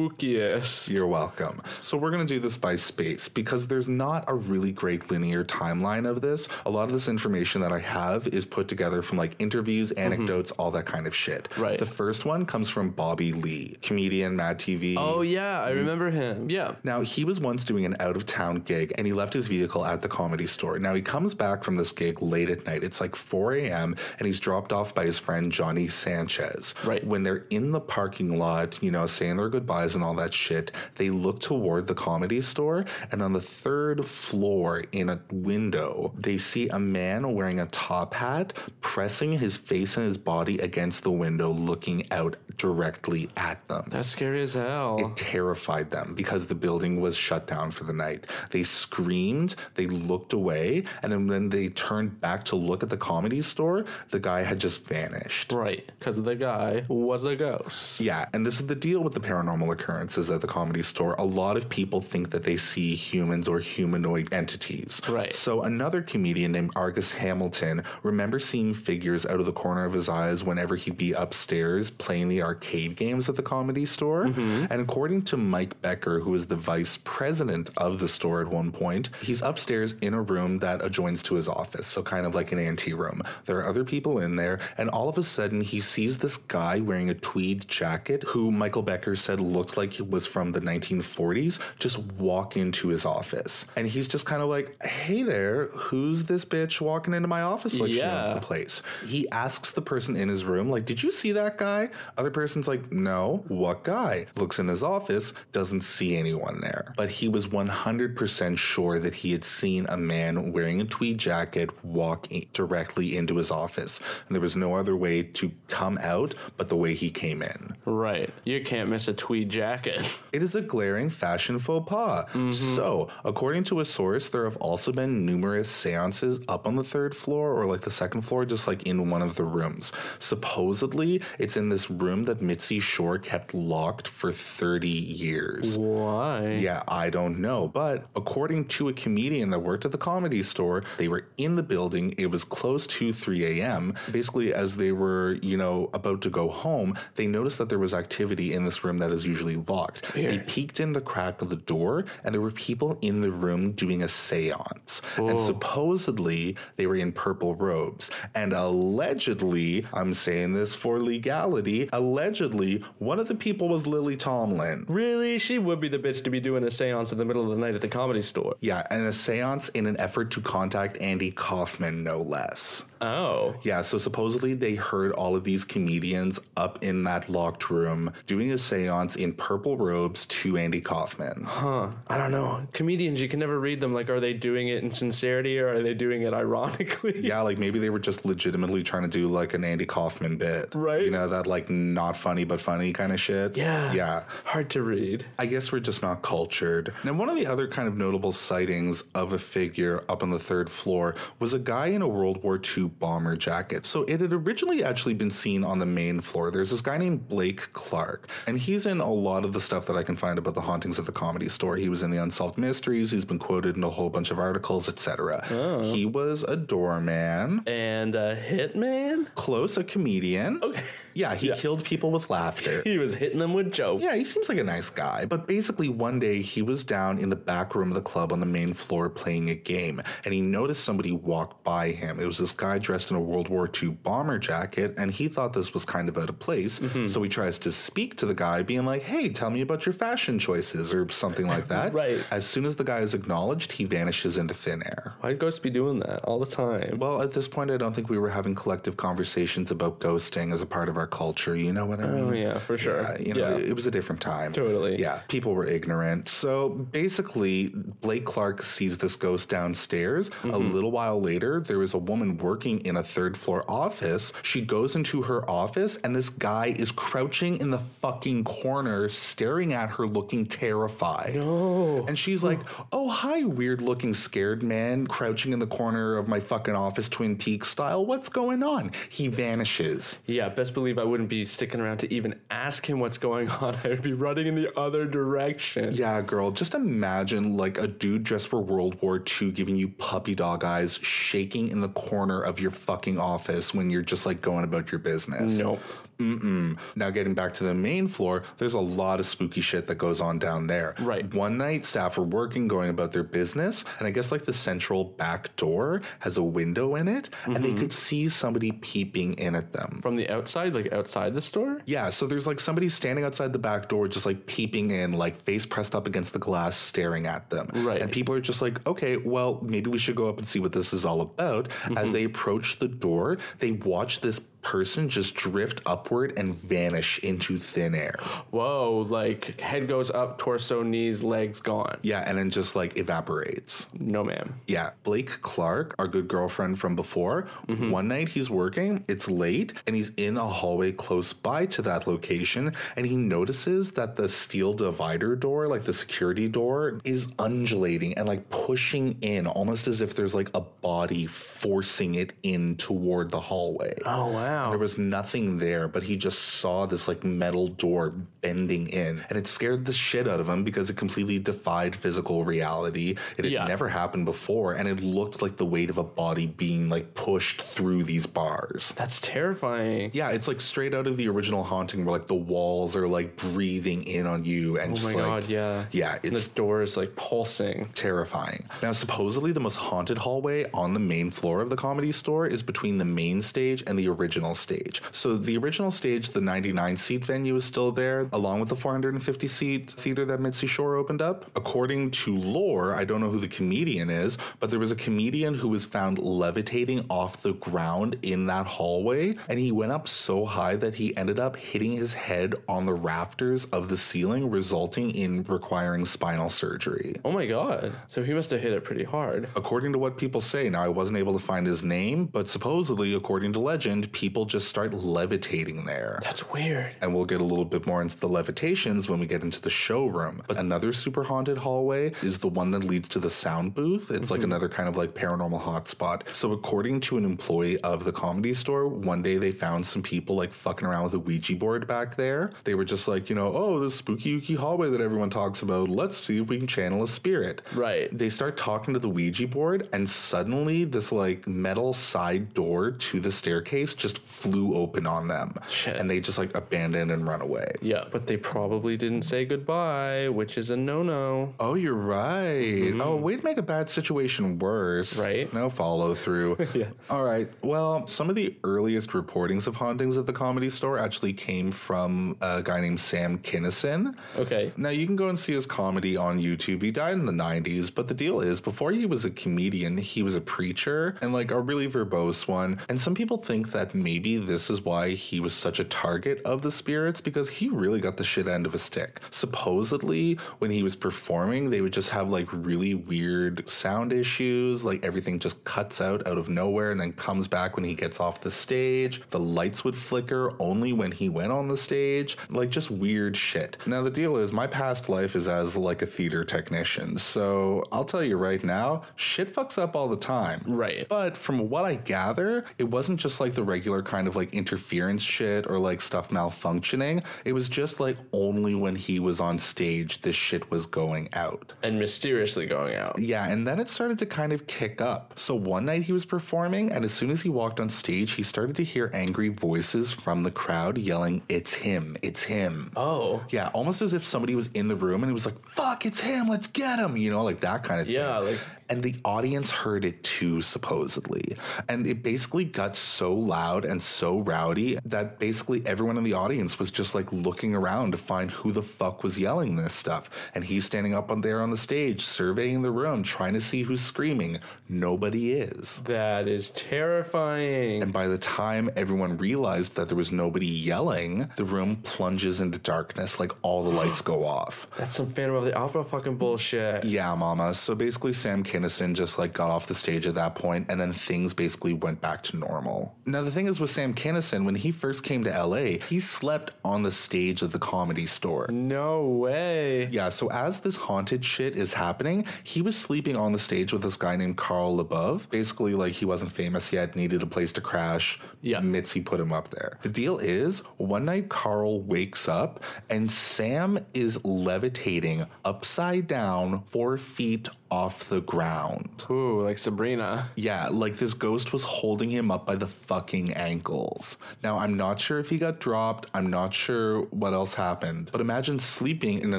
Speaker 4: spookiest.
Speaker 1: You're welcome. So we're going to do this by space because there's not a really great linear timeline of this. A lot of this information that I have is put together from like interviews, anecdotes, all that kind of shit.
Speaker 4: Mm-hmm. Right.
Speaker 1: The first one comes from Bobby Lee, comedian, Mad TV.
Speaker 4: oh, yeah.
Speaker 1: Mm.
Speaker 4: I remember him. Yeah.
Speaker 1: Now, he was once doing an out of town gig and he left his vehicle at the comedy store. Now, he comes back from this gig late at night. It's like 4 a.m. and he's dropped off by his friend Johnny Sanchez.
Speaker 4: Right.
Speaker 1: When they're in the parking lot, you know, saying their goodbyes and all that shit, they look toward the comedy store. And on the third floor in a window, they see a man wearing a top hat pressing his face and his body against the window, looking out directly at them.
Speaker 4: That's scary as hell.
Speaker 1: It terrified them because the building was shut down for the night. They screamed, they looked away, and then when they turned back to look at the comedy store, the guy had just vanished.
Speaker 4: Right, because the guy was a ghost.
Speaker 1: Yeah, and this is the deal with the paranormal occurrences at the comedy store. A lot of people think that they see humans or humanoid entities.
Speaker 4: Right.
Speaker 1: So another comedian named Argus Hamilton remembers seeing figures out of the corner of his eyes whenever he'd be upstairs playing the arcade games at the comedy store. And according to Mike Becker, who is the vice president of the store at one point, he's upstairs in a room that adjoins to his office, so kind of like an ante room. There are other people in there, and all of a sudden he sees this guy wearing a tweed jacket who Michael Becker said looked like he was from the 1940s just walk into his office. And he's just kind of like, hey there, who's this bitch walking into my office like she
Speaker 4: Yeah.
Speaker 1: owns the place? He asks the person in his room, like, did you see that guy? Other person's like, no, what guy? Looks in his office, doesn't see anyone there. But he was 100% sure that he had seen a man wearing a tweed jacket walk i- directly into his office. And there was no other way to come out but the way he came in.
Speaker 4: Right. You can't miss a tweed jacket.
Speaker 1: It is a glaring fashion faux pas. So, according to a source, there have also been numerous seances up on the third floor or like the second floor, just like in one of the rooms. Supposedly, it's in this room that Mitzi Shore kept locked for 30 years.
Speaker 4: Why?
Speaker 1: Yeah, I don't know. But according to a comedian that worked at the comedy store, they were in the building. It was close to 3 a.m. Basically, as they were, you know, about to go home, they noticed that there was activity in this room that is usually locked. They peeked in the crack of the door, and there were people in the room doing a seance. And supposedly, they were in purple robes. And allegedly, I'm saying this for legality, allegedly, one of the people was Lily Tomlin.
Speaker 4: Really? She would be the bitch to be doing a seance in the middle of the night at the comedy store.
Speaker 1: Yeah, and a seance in an effort to contact Andy Kaufman, no less.
Speaker 4: Oh.
Speaker 1: Yeah, so supposedly they heard all of these comedians up in that locked room doing a seance in purple robes to Andy Kaufman.
Speaker 4: Huh. I don't know. Comedians, you can never read them. Like, are they doing it in sincerity or are they doing it ironically?
Speaker 1: Yeah, like maybe they were just legitimately trying to do like an Andy Kaufman bit.
Speaker 4: Right.
Speaker 1: You know, that like not funny but funny kind of shit.
Speaker 4: Yeah.
Speaker 1: Yeah.
Speaker 4: Hard to read.
Speaker 1: I guess we're just not cultured. Now, one of the other kind of notable sightings of a figure up on the third floor was a guy in a World War II bomber jacket. So it had originally actually been seen on the main floor. There's this guy named Blake Clark, and he's in a lot of the stuff that I can find about the hauntings at the comedy store. He was in the Unsolved Mysteries. He's been quoted in a whole bunch of articles, etc. He was a doorman.
Speaker 4: And a hitman?
Speaker 1: Close, a comedian.
Speaker 4: Okay.
Speaker 1: Yeah, he killed people with laughter.
Speaker 4: He was hitting them with jokes.
Speaker 1: Yeah, he seems like a nice guy. But basically, one day he was down in the back room of the club on the main floor playing a game, and he noticed somebody walk by him. It was this guy dressed in a World War II bomber jacket, and he thought this was kind of out of place.
Speaker 4: Mm-hmm.
Speaker 1: So he tries to speak to the guy, being like, hey, tell me about your fashion choices, or something like that.
Speaker 4: Right.
Speaker 1: As soon as the guy is acknowledged, he vanishes into thin air.
Speaker 4: Why'd ghosts be doing that all the time?
Speaker 1: Well, at this point, I don't think we were having collective conversations about ghosting as a part of our culture. You know what I mean?
Speaker 4: Oh, yeah, for sure.
Speaker 1: Yeah, you know,
Speaker 4: Yeah.
Speaker 1: it was a different time.
Speaker 4: Totally.
Speaker 1: Yeah, people were ignorant. So basically, Blake Clark sees this ghost downstairs. A
Speaker 4: Mm-hmm.
Speaker 1: little while later, there is a woman working in a third floor office. She goes into her office, and this guy is crouching in the fucking corner, staring at her, looking terrified. No. And she's like, "Oh, hi, weird looking scared man, crouching in the corner of my fucking office, Twin Peaks style. What's going on?" He vanishes.
Speaker 4: Yeah, best believe I wouldn't be sticking around to even ask him what's going on. I would be running in the other direction.
Speaker 1: Yeah, girl, just imagine like a dude dressed for World War II giving you puppy dog eyes, shaking in the corner of your fucking office when you're just like going about your business.
Speaker 4: Nope.
Speaker 1: Mm-mm. Now, getting back to the main floor, there's a lot of spooky shit that goes on down there.
Speaker 4: Right.
Speaker 1: One night, staff were working, going about their business, and I guess like the central back door has a window in it, and they could see somebody peeping in at them.
Speaker 4: From the outside, like outside the store?
Speaker 1: Yeah, so there's like somebody standing outside the back door, just like peeping in, like face pressed up against the glass, staring at them.
Speaker 4: Right.
Speaker 1: And people are just like, okay, well, maybe we should go up and see what this is all about. As they approach the door, they watch this person just drift upward and vanish into thin air.
Speaker 4: Whoa, like head goes up, torso, knees, legs gone.
Speaker 1: Yeah, and then just like evaporates.
Speaker 4: No, ma'am.
Speaker 1: Yeah, Blake Clark, our good girlfriend from before, one night he's working, it's late, and he's in a hallway close by to that location, and he notices that the steel divider door, like the security door, is undulating and like pushing in almost as if there's like a body forcing it in toward the hallway.
Speaker 4: Oh,
Speaker 1: There
Speaker 4: wow.
Speaker 1: was nothing there, but he just saw this like metal door bending in, and it scared the shit out of him because it completely defied physical reality. It had
Speaker 4: Yeah.
Speaker 1: never happened before, and it looked like the weight of a body being like pushed through these bars.
Speaker 4: That's terrifying.
Speaker 1: Yeah, it's like straight out of the original haunting, where like the walls are like breathing in on you, and
Speaker 4: Oh
Speaker 1: just
Speaker 4: my
Speaker 1: like
Speaker 4: god, yeah.
Speaker 1: yeah,
Speaker 4: And
Speaker 1: it's
Speaker 4: this door is like pulsing.
Speaker 1: terrifying. Now, supposedly the most haunted hallway on the main floor of the comedy store is between the main stage and the original stage. So the original stage, the 99 seat venue is still there, along with the 450 seat theater that Mitzi Shore opened up. According to lore, I don't know who the comedian is, but there was a comedian who was found levitating off the ground in that hallway, and he went up so high that he ended up hitting his head on the rafters of the ceiling, resulting in requiring spinal surgery
Speaker 4: Oh my god. So he must have hit it pretty hard.
Speaker 1: according to what people say now i wasn't able to find his name but supposedly according to legend people just start levitating there
Speaker 4: That's weird.
Speaker 1: and we'll get a little bit more into the levitations when we get into the showroom. But another super haunted hallway is the one that leads to the sound booth. It's like another kind of like paranormal hotspot. So, according to an employee of the comedy store, one day they found some people like fucking around with a Ouija board back there. They were just like, you know, oh, this spooky ooky hallway that everyone talks about. Let's see if we can channel a spirit.
Speaker 4: Right.
Speaker 1: They start talking to the Ouija board, and suddenly this like metal side door to the staircase just flew open on them.
Speaker 4: Shit.
Speaker 1: And they just like abandon and run away.
Speaker 4: Yeah, but they probably didn't say goodbye, which is a no no.
Speaker 1: Oh, you're right. Oh, we'd make a bad situation worse.
Speaker 4: Right.
Speaker 1: No follow through.
Speaker 4: Yeah.
Speaker 1: All right. Well, some of the earliest reportings of hauntings at the comedy store actually came from a guy named Sam Kinnison.
Speaker 4: Okay.
Speaker 1: Now, you can go and see his comedy on YouTube. He died in the 90s, but the deal is, before he was a comedian, he was a preacher and like a really verbose one. And some people think that maybe this is why he was such a target of the spirits because he really got the shit end of a stick. Supposedly, when he was performing, they would just have like really weird sound issues. Like everything just cuts out out of nowhere and then comes back when he gets off the stage. The lights would flicker only when he went on the stage. Like just weird shit. Now the deal is my past life is as like a theater technician. So I'll tell you right now, shit fucks up all the time.
Speaker 4: Right.
Speaker 1: But from what I gather, it wasn't just like the regular kind of like interference shit or like stuff malfunctioning. It was just like only when he was on stage this shit was going out.
Speaker 4: And mysteriously going out.
Speaker 1: Yeah, and then it started to kind of kick up. So one night he was performing, and as soon as he walked on stage, he started to hear angry voices from the crowd yelling, It's him, it's him.
Speaker 4: Oh.
Speaker 1: Yeah, almost as if somebody was in the room and it was like, Fuck, it's him, let's get him, you know, like that kind of thing.
Speaker 4: Yeah, like
Speaker 1: And the audience heard it too, supposedly. And it basically got so loud and so rowdy that basically everyone in the audience was just like looking around to find who the fuck was yelling this stuff. And he's standing up on there on the stage, surveying the room, trying to see who's screaming. Nobody is.
Speaker 4: that is terrifying.
Speaker 1: And by the time everyone realized that there was nobody yelling, the room plunges into darkness, like all the lights go off.
Speaker 4: That's some Phantom of the Opera fucking bullshit.
Speaker 1: Yeah, mama. So basically, Sam Kinison just like got off the stage at that point, and then things basically went back to normal. Now, the thing is with Sam Kinison, when he first came to LA, he slept on the stage of the comedy store.
Speaker 4: No way.
Speaker 1: Yeah, so as this haunted shit is happening, he was sleeping on the stage with this guy named Carl LeBeouf. Basically, like he wasn't famous yet, needed a place to crash.
Speaker 4: Yeah.
Speaker 1: Mitzi put him up there. The deal is, one night Carl wakes up and Sam is levitating upside down, four feet off the ground.
Speaker 4: Ooh, like Sabrina.
Speaker 1: Yeah, like this ghost was holding him up by the fucking ankles. Now, I'm not sure if he got dropped. I'm not sure what else happened. But imagine sleeping in a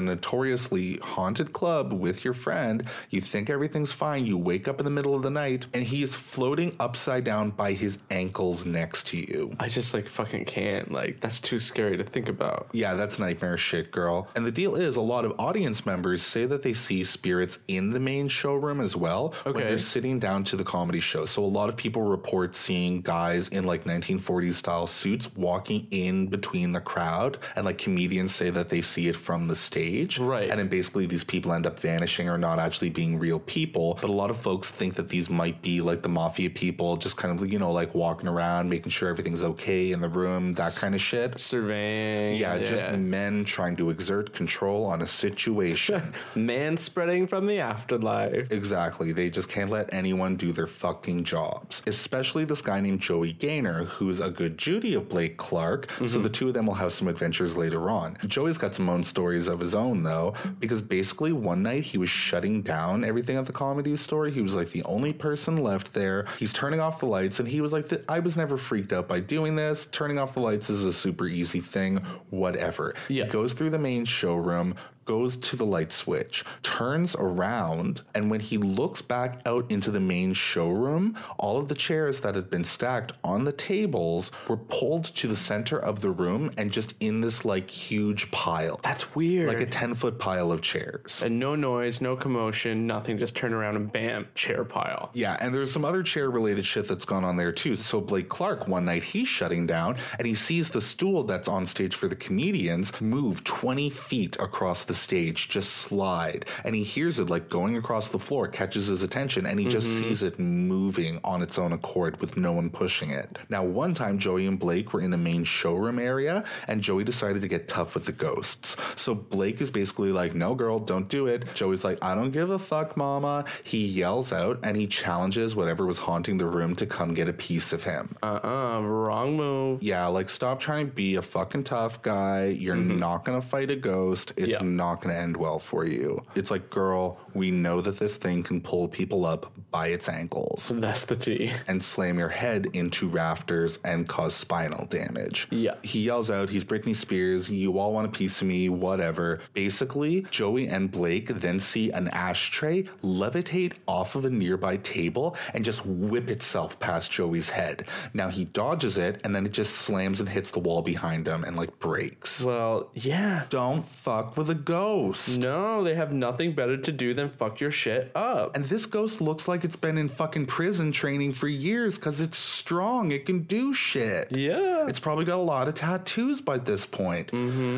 Speaker 1: notoriously haunted club with your friend. You think everything's fine. You wake up in the middle of the night and he is floating upside down by his ankles next to you.
Speaker 4: I just like fucking can't. Like that's too scary to think about.
Speaker 1: Yeah, that's nightmare shit, girl. And the deal is, a lot of audience members say that they see spirits in the main main showroom as well when
Speaker 4: Okay.
Speaker 1: they're sitting down to the comedy show. So a lot of people report seeing guys in like 1940s style suits walking in between the crowd, and like comedians say that they see it from the stage.
Speaker 4: Right.
Speaker 1: And then basically these people end up vanishing or not actually being real people. But a lot of folks think that these might be like the mafia people, just kind of, you know, like walking around, making sure everything's okay in the room, that kind of shit.
Speaker 4: surveying.
Speaker 1: Yeah, just men trying to exert control on a situation.
Speaker 4: man spreading from the afterlife.
Speaker 1: exactly. They just can't let anyone do their fucking jobs. Especially this guy named Joey Gaynor, who's a good Judy of Blake Clark. So the two of them will have some adventures later on. Joey's got some own stories of his own, though, because basically one night he was shutting down everything at the comedy store. He was like the only person left there. He's turning off the lights, and he was like, "Th- I was never freaked out by doing this. Turning off the lights is a super easy thing, whatever.
Speaker 4: Yeah.
Speaker 1: He goes through the main showroom, goes to the light switch, turns around, and when he looks back out into the main showroom, all of the chairs that had been stacked on the tables were pulled to the center of the room and just in this like huge pile.
Speaker 4: That's weird.
Speaker 1: like a 10 foot pile of chairs.
Speaker 4: and no noise, no commotion, nothing. Just turn around and bam, chair pile.
Speaker 1: Yeah, and there's some other chair related shit that's gone on there too. So Blake Clark one night he's shutting down and he sees the stool that's on stage for the comedians move 20 feet across the stage, just slide. And he hears it like going across the floor, catches his attention, and he just sees it moving on its own accord with no one pushing it. Now, one time Joey and Blake were in the main showroom area and Joey decided to get tough with the ghosts. So Blake is basically like, "No girl, don't do it." Joey's like, "I don't give a fuck, mama." He yells out and he challenges whatever was haunting the room to come get a piece of him.
Speaker 4: Uh uh wrong move.
Speaker 1: yeah, like stop trying to be a fucking tough guy. You're not going to fight a ghost. It's
Speaker 4: Yeah.
Speaker 1: not going to end well for you. It's like, "Girl, we know that this thing can pull people up by its ankles."
Speaker 4: That's the T.
Speaker 1: and slam your head into rafters and cause spinal damage.
Speaker 4: Yeah.
Speaker 1: He yells out, he's Britney Spears, you all want a piece of me, whatever. Basically, Joey and Blake then see an ashtray levitate off of a nearby table and just whip itself past Joey's head. Now he dodges it and then it just slams and hits the wall behind him and like breaks.
Speaker 4: Well, yeah.
Speaker 1: Don't fuck with a ghost.
Speaker 4: No, they have nothing better to do than fuck your shit up.
Speaker 1: And this ghost looks like it's been in fucking prison training for years because it's strong. It can do shit.
Speaker 4: Yeah.
Speaker 1: It's probably got a lot of tattoos by this point.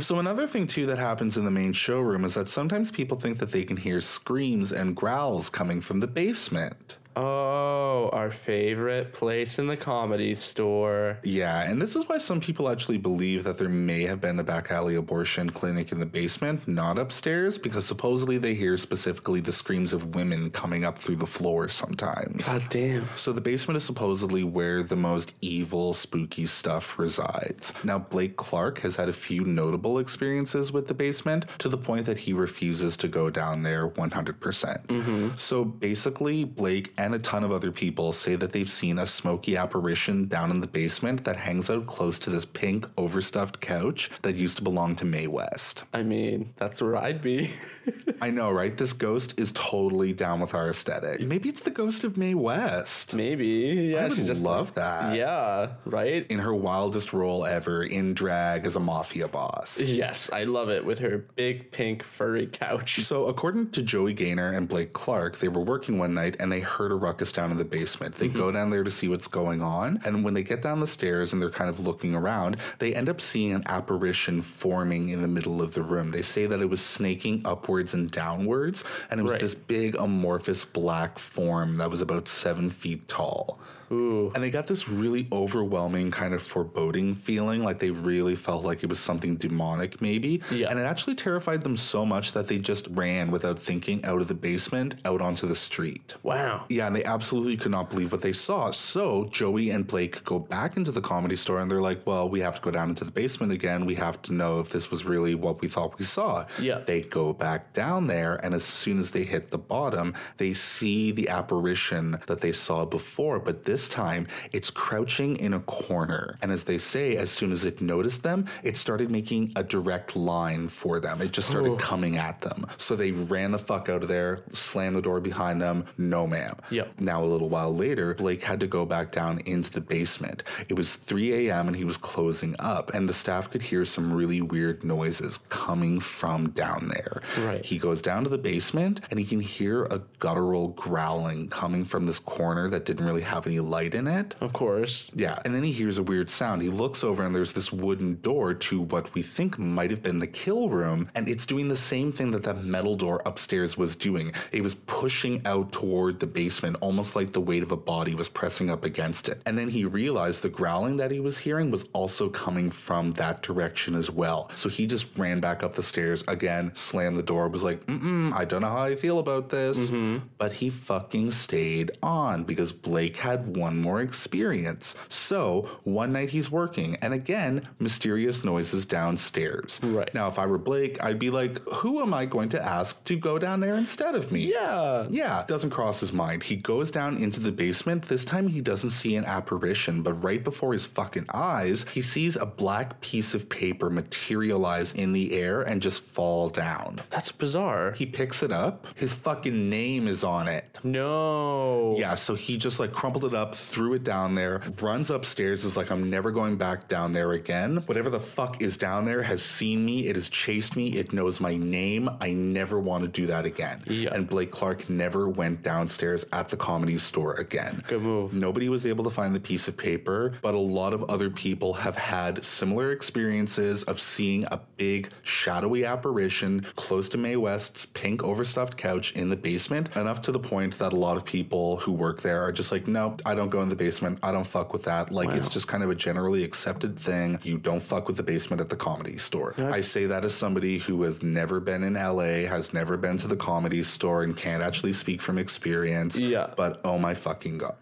Speaker 1: So, another thing, too, that happens in the main showroom is that sometimes people think that they can hear screams and growls coming from the basement.
Speaker 4: Oh, our favorite place in the comedy store.
Speaker 1: Yeah, and this is why some people actually believe that there may have been a back alley abortion clinic in the basement, not upstairs, because supposedly they hear specifically the screams of women coming up through the floor sometimes.
Speaker 4: God damn.
Speaker 1: So the basement is supposedly where the most evil, spooky stuff resides. Now, Blake Clark has had a few notable experiences with the basement to the point that he refuses to go down there 100%. percent
Speaker 4: Mm-hmm.
Speaker 1: So basically, Blake and a ton of other people say that they've seen a smoky apparition down in the basement that hangs out close to this pink, overstuffed couch that used to belong to Mae West.
Speaker 4: I mean, that's where I'd be.
Speaker 1: I know, right? This ghost is totally down with our aesthetic. Maybe it's the ghost of Mae West.
Speaker 4: Maybe. Yeah,
Speaker 1: I would
Speaker 4: she's just
Speaker 1: love that.
Speaker 4: Yeah, right?
Speaker 1: in her wildest role ever in drag as a mafia boss.
Speaker 4: Yes, I love it with her big pink furry couch.
Speaker 1: So, according to Joey Gaynor and Blake Clark, they were working one night and they heard a ruckus down in the basement. They go down there to see what's going on. And when they get down the stairs and they're kind of looking around, they end up seeing an apparition forming in the middle of the room. They say that it was snaking upwards and downwards. And it was
Speaker 4: Right.
Speaker 1: this big amorphous black form that was about seven feet tall. And they got this really overwhelming kind of foreboding feeling, like they really felt like it was something demonic, maybe.
Speaker 4: Yeah.
Speaker 1: And it actually terrified them so much that they just ran without thinking out of the basement, out onto the street.
Speaker 4: Wow.
Speaker 1: Yeah, and they absolutely could not believe what they saw. So Joey and Blake go back into the comedy store and they're like, well, we have to go down into the basement again. We have to know if this was really what we thought we saw.
Speaker 4: Yeah.
Speaker 1: They go back down there, and as soon as they hit the bottom, they see the apparition that they saw before, but this time it's crouching in a corner. And as they say, as soon as it noticed them, it started making a direct line for them. It just started coming at them. So they ran the fuck out of there, slammed the door behind them. No, ma'am.
Speaker 4: Yep.
Speaker 1: Now, a little while while later, Blake had to go back down into the basement. It was 3 a.m. and he was closing up, and the staff could hear some really weird noises coming from down there.
Speaker 4: Right.
Speaker 1: He goes down to the basement and he can hear a guttural growling coming from this corner that didn't really have any light in it.
Speaker 4: Of course.
Speaker 1: Yeah. And then he hears a weird sound. He looks over and there's this wooden door to what we think might have been the kill room. And it's doing the same thing that that metal door upstairs was doing. It was pushing out toward the basement, almost like the weight of a body was pressing up against it. And then he realized the growling that he was hearing was also coming from that direction as well. So he just ran back up the stairs again, slammed the door, was like, mm I don't know how I feel about this.
Speaker 4: Mm-hmm.
Speaker 1: But he fucking stayed on because Blake had one more experience. So one night he's working, and again, mysterious noises downstairs.
Speaker 4: Right.
Speaker 1: Now, if I were Blake, I'd be like, who am I going to ask to go down there instead of me?
Speaker 4: Yeah.
Speaker 1: Yeah, doesn't cross his mind. He goes down into the basement. This time he doesn't see an apparition, but right before his fucking eyes, he sees a black piece of paper materialize in the air and just fall down.
Speaker 4: That's bizarre.
Speaker 1: He picks it up. His fucking name is on it.
Speaker 4: no.
Speaker 1: Yeah, so he just like crumpled it up, threw it down there, runs upstairs, is like, I'm never going back down there again. Whatever the fuck is down there has seen me, it has chased me, it knows my name. I never want to do that again.
Speaker 4: Yeah.
Speaker 1: And Blake Clark never went downstairs at the comedy store again.
Speaker 4: Good move.
Speaker 1: Nobody was able to find the piece of paper, but a lot of other people have had similar experiences of seeing a big shadowy apparition close to Mae West's pink overstuffed couch in the basement, enough to the point that a lot of people who work there are just like, no, I don't go in the basement. I don't fuck with that. Like, it's just kind of a generally accepted thing. You don't fuck with the basement at the comedy store. I say that as somebody who has never been in LA, has never been to the comedy store, and can't actually speak from experience.
Speaker 4: Yeah.
Speaker 1: But oh my fucking God.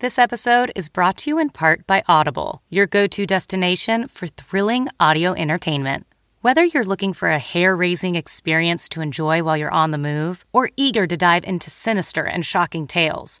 Speaker 6: This episode is brought to you in part by Audible, your go to destination for thrilling audio entertainment. Whether you're looking for a hair raising experience to enjoy while you're on the move or eager to dive into sinister and shocking tales,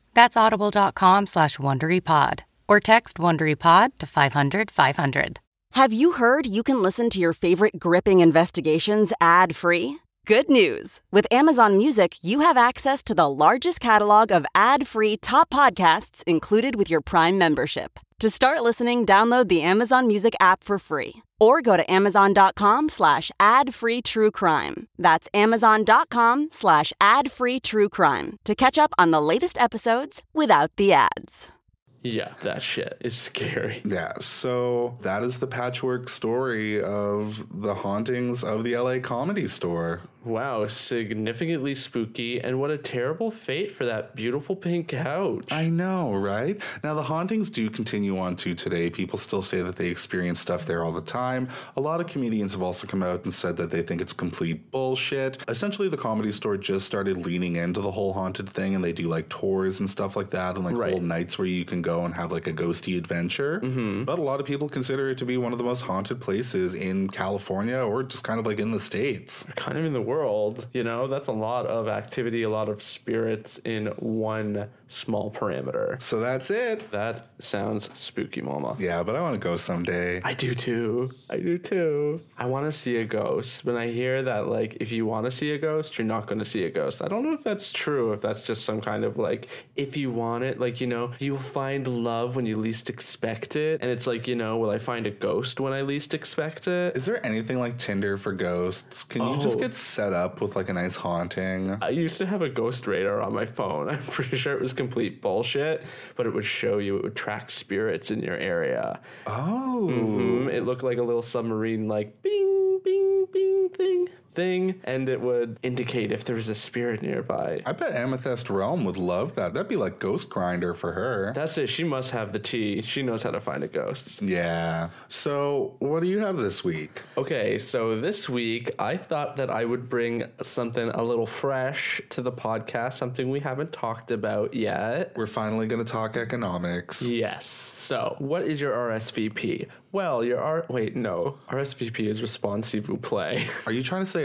Speaker 6: That's audible.com slash WonderyPod or text WonderyPod to 500 500.
Speaker 3: Have you heard you can listen to your favorite gripping investigations ad free? Good news! With Amazon Music, you have access to the largest catalog of ad free top podcasts included with your Prime membership. To start listening, download the Amazon Music app for free or go to amazon.com slash ad free true crime. That's amazon.com slash ad free true crime to catch up on the latest episodes without the ads.
Speaker 4: Yeah, that shit is scary.
Speaker 1: Yeah, so that is the patchwork story of the hauntings of the LA comedy store.
Speaker 4: Wow, significantly spooky, and what a terrible fate for that beautiful pink couch.
Speaker 1: I know, right? Now, the hauntings do continue on to today. People still say that they experience stuff there all the time. A lot of comedians have also come out and said that they think it's complete bullshit. Essentially, the comedy store just started leaning into the whole haunted thing, and they do like tours and stuff like that, and like
Speaker 4: Right.
Speaker 1: whole nights where you can go and have like a ghosty adventure. But a lot of people consider it to be one of the most haunted places in California or just kind of like in the States.
Speaker 4: kind of in the world, you know, that's a lot of activity, a lot of spirits in one small parameter.
Speaker 1: So that's it.
Speaker 4: That sounds spooky, mama.
Speaker 1: Yeah, but I want to go someday.
Speaker 4: I do too. I do too. I want to see a ghost, but I hear that like if you want to see a ghost, you're not going to see a ghost. I don't know if that's true, if that's just some kind of like if you want it, like you know, you'll find love when you least expect it, and it's like you know, will I find a ghost when I least expect it?
Speaker 1: Is there anything like Tinder for ghosts? Can you just
Speaker 4: Oh.
Speaker 1: get set up with like a nice haunting?
Speaker 4: I used to have a ghost radar on my phone. I'm pretty sure it was complete bullshit, but it would show you, it would track spirits in your area.
Speaker 1: Oh,
Speaker 4: Hmm. Mhm, It looked like a little submarine, like bing, bing, bing thing. thing, and it would indicate if there was a spirit nearby.
Speaker 1: I bet Amethyst Realm would love that. That'd be like Ghost Grinder for her.
Speaker 4: That's it. She must have the tea. She knows how to find a ghost.
Speaker 1: yeah. So, what do you have this week?
Speaker 4: Okay, so this week I thought that I would bring something a little fresh to the podcast, something we haven't talked about yet.
Speaker 1: We're finally going to talk economics.
Speaker 4: Yes. So, what is your RSVP? Well, your R. Wait, no. RSVP is response s'il vous plaît.
Speaker 1: Are you trying to say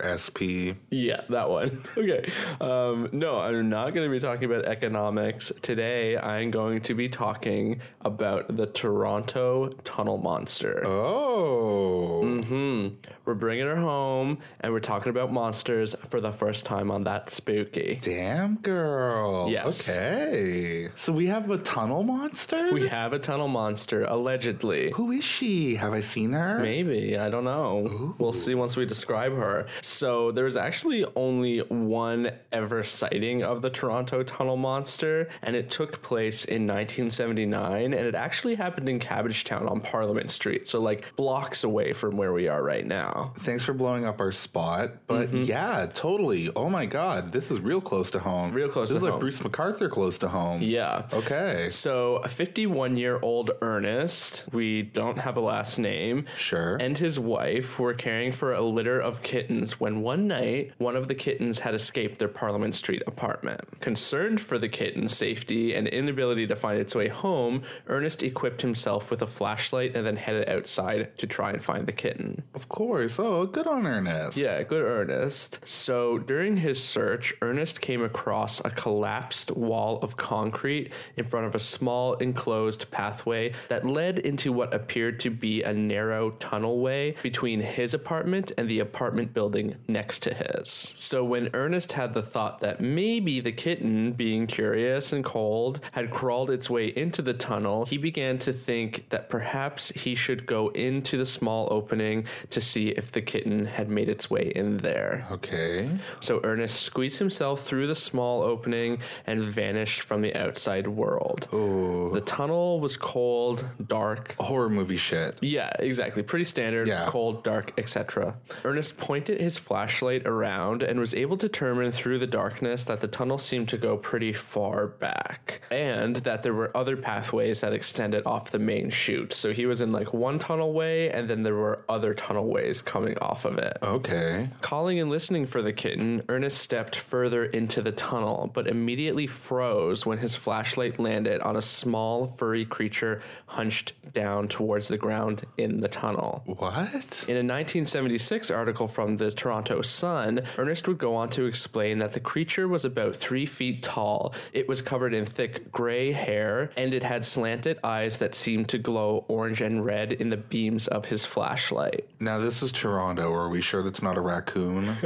Speaker 1: RRSP?
Speaker 4: Yeah, that one. Okay. Um, no, I'm not going to be talking about economics. Today, I'm going to be talking about the Toronto Tunnel Monster.
Speaker 1: Oh.
Speaker 4: hmm We're bringing her home and we're talking about monsters for the first time on That Spooky.
Speaker 1: Damn girl.
Speaker 4: Yes.
Speaker 1: Okay. So we have a tunnel monster?
Speaker 4: We have a tunnel monster, allegedly.
Speaker 1: Who is she? Have I seen her?
Speaker 4: Maybe, I don't know. We'll see once we describe her. So, there's actually only one ever sighting of the Toronto Tunnel Monster, and it took place in 1979, and it actually happened in Cabbage Town on Parliament Street, so like blocks away from where we are right now.
Speaker 1: Thanks for blowing up our spot. But
Speaker 4: Mm-hmm.
Speaker 1: yeah, totally. Oh my god, this is real close to home.
Speaker 4: Real close
Speaker 1: this
Speaker 4: to
Speaker 1: is like
Speaker 4: home.
Speaker 1: Bruce MacArthur close to home.
Speaker 4: Yeah.
Speaker 1: Okay.
Speaker 4: So, a 51 year old Ernest, we don't have a last name,
Speaker 1: Sure.
Speaker 4: and his wife were caring for a litter of kittens when one night one of the kittens had escaped their Parliament Street apartment. Concerned for the kitten's safety and inability to find its way home, Ernest equipped himself with a flashlight and then headed outside to try and find the kitten.
Speaker 1: of course. Oh, good on Ernest.
Speaker 4: Yeah, good Ernest. So during his search, Ernest came across a collapsed wall of concrete in front of a small enclosed pathway that led into what appeared to be a narrow tunnelway between his apartment and the apartment building next to his. So when Ernest had the thought that maybe the kitten, being curious and cold, had crawled its way into the tunnel, he began to think that perhaps he should go into the small opening to see if the kitten had made its way in there.
Speaker 1: Okay.
Speaker 4: So Ernest squeezed himself through the small opening and vanished from the outside world. The tunnel was cold, dark,
Speaker 1: Horror movie shit.
Speaker 4: yeah, exactly. Pretty standard,
Speaker 1: Yeah.
Speaker 4: cold, dark, etc. Ernest pointed his flashlight around and was able to determine through the darkness that the tunnel seemed to go pretty far back and that there were other pathways that extended off the main chute. So he was in like one tunnel way and then there were other tunnel ways coming off of it.
Speaker 1: Okay.
Speaker 4: Calling and listening for the kitten, Ernest stepped further into the tunnel, but immediately froze when his flashlight landed on a small, furry creature hunched down towards the ground in the tunnel.
Speaker 1: What?
Speaker 4: In a 1976 article from the Toronto Sun, Ernest would go on to explain that the creature was about three feet tall. It was covered in thick gray hair, and it had slanted eyes that seemed to glow orange and red in the beams of his flashlight.
Speaker 1: Now this is Toronto. Are we sure that's not a raccoon?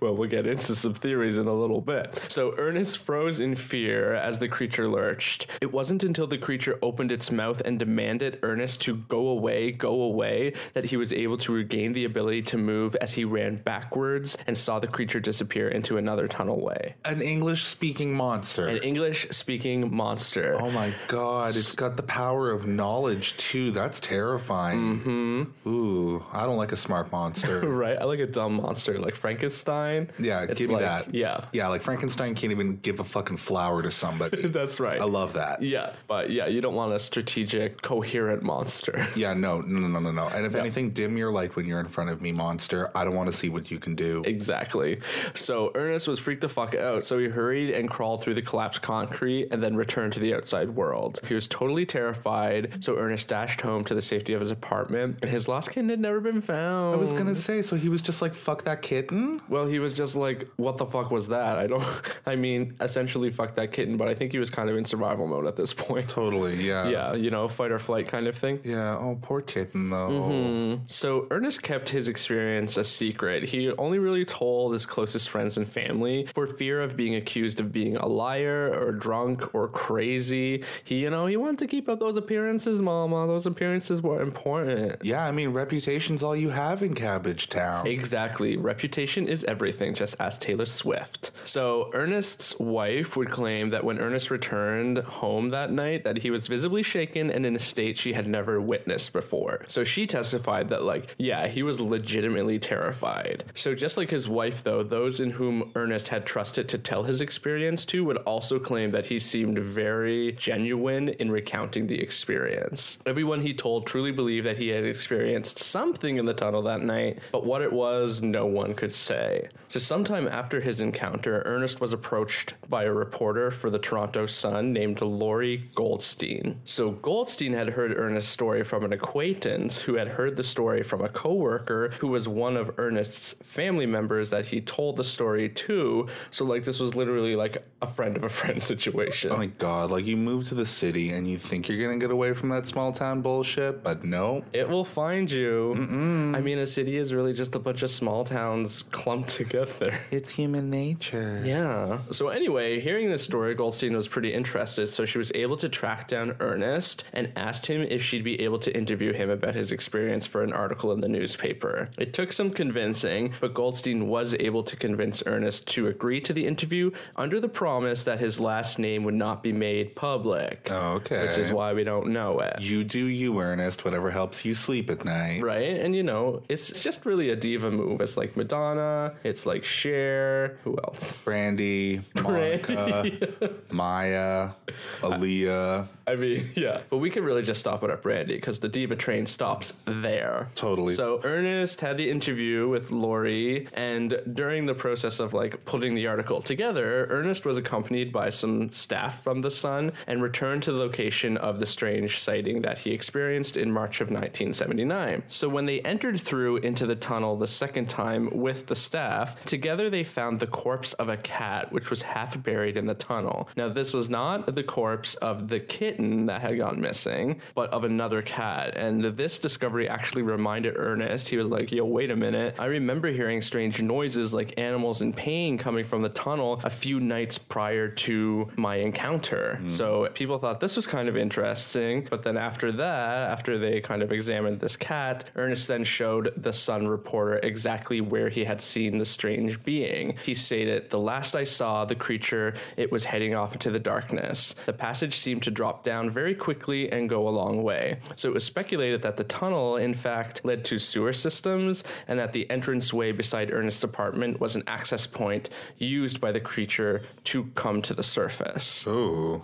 Speaker 4: well, we'll get into some theories in a little bit. So Ernest froze in fear as the creature lurched. It wasn't until the creature opened its mouth and demanded Ernest to go away, go away, that he was able to regain the ability to move as he ran backwards and saw the creature disappear into another tunnel way.
Speaker 1: An English speaking monster.
Speaker 4: An English speaking monster.
Speaker 1: Oh my god, it's got the power of knowledge too. That's terrifying. Mm-hmm. Ooh, I don't like a smart monster.
Speaker 4: Right, I like a dumb monster like Frankenstein.
Speaker 1: Yeah,
Speaker 4: It's
Speaker 1: give me
Speaker 4: like-
Speaker 1: that.
Speaker 4: Yeah,
Speaker 1: Yeah, like Frankenstein can't even give a fucking flower to somebody.
Speaker 4: that's right.
Speaker 1: I love that.
Speaker 4: Yeah, but yeah, you don't want a strategic, coherent monster.
Speaker 1: Yeah, no, no, no, no, no. And if anything, dim your light when you're in front of me, monster. I don't want to see what you can do.
Speaker 4: Exactly. So Ernest was freaked the fuck out, so he hurried and crawled through the collapsed concrete and then returned to the outside world. He was totally terrified, so Ernest dashed home to the safety of his apartment, and his lost kitten had never been found.
Speaker 1: I was gonna say, so he was just like, "Fuck that kitten."
Speaker 4: well, he was just like, what the fuck was that? I don't, I mean, essentially fuck that kitten, but I think he was kind of in survival mode at this point.
Speaker 1: Totally. Yeah.
Speaker 4: Yeah, you know, fight or flight kind of thing.
Speaker 1: Yeah. Oh, poor kitten though.
Speaker 4: Mm-hmm. So Ernest kept his experience a secret. He only really told his closest friends and family for fear of being accused of being a liar or drunk or crazy. He, you know, he wanted to keep up those appearances, mama. Those appearances were important.
Speaker 1: Yeah. I mean, reputation's all you have in Cabbage Town.
Speaker 4: Exactly. Reputation is everything, just ask Taylor Swift. So Ernest's wife would claim that when Ernest returned home that night that he was visibly shaken and in a state she had never witnessed before. So she testified that like, yeah, he was legitimately terrified. So, just like his wife, though, those in whom Ernest had trusted to tell his experience to would also claim that he seemed very genuine in recounting the experience. Everyone he told truly believed that he had experienced something in the tunnel that night, but what it was, no one could say. So, sometime after his encounter, Ernest was approached by a reporter for the Toronto Sun named Lori Goldstein. So, Goldstein had heard Ernest's story from an acquaintance who had heard the story from a coworker who was one of Ernest's family members that he told the story to. So, like, this was literally like a friend of a friend situation.
Speaker 1: Oh my god, like you move to the city and you think you're gonna get away from that small town bullshit, but no.
Speaker 4: It will find you. I mean, a city is really just a bunch of small towns clumped together.
Speaker 1: It's human nature.
Speaker 4: Yeah. So, anyway, hearing this story, Goldstein was pretty interested. So, she was able to track down Ernest and asked him if she'd be able to interview him about his experience for an article in the newspaper. It took some convincing, but Goldstein was able to convince Ernest to agree to the interview under the promise that his last name would not be made public.
Speaker 1: Okay.
Speaker 4: Which is why we don't know it.
Speaker 1: You do you, Ernest, whatever helps you sleep at night.
Speaker 4: Right? And you know, it's, it's just really a diva move. It's like Madonna, it's like Cher, who else?
Speaker 1: Brandy, Monica, Maya, Uh, Aaliyah.
Speaker 4: I mean, yeah. But we could really just stop it at Brandy because the diva train stops there.
Speaker 1: Totally.
Speaker 4: So Ernest had the interview with Lori, and during the process of like putting the article together, Ernest was accompanied by some staff from the Sun and returned to the location of the strange sighting that he experienced in March of 1979. So when they entered through into the tunnel the second time with the staff, together they found the corpse of a cat which was half buried in the tunnel. Now this was not the corpse of the kitten that had gone missing, but of another cat. And this discovery actually reminded Ernest. He was like, yo, wait a minute. I remember hearing strange noises like animals in pain coming from the tunnel a few nights prior to my encounter. So people thought this was kind of interesting. But then after that, after they kind of examined this cat, Ernest then showed the Sun reporter exactly where he had seen the strange being. He stated, The last I saw the creature, it was heading off into the darkness. The passage seemed to drop down very quickly and go a long way. So it was speculated that the tunnel, in fact, led to sewer systems and that the entranceway beside Ernest's apartment was an access point used by the creature to come to the surface.
Speaker 1: Ooh.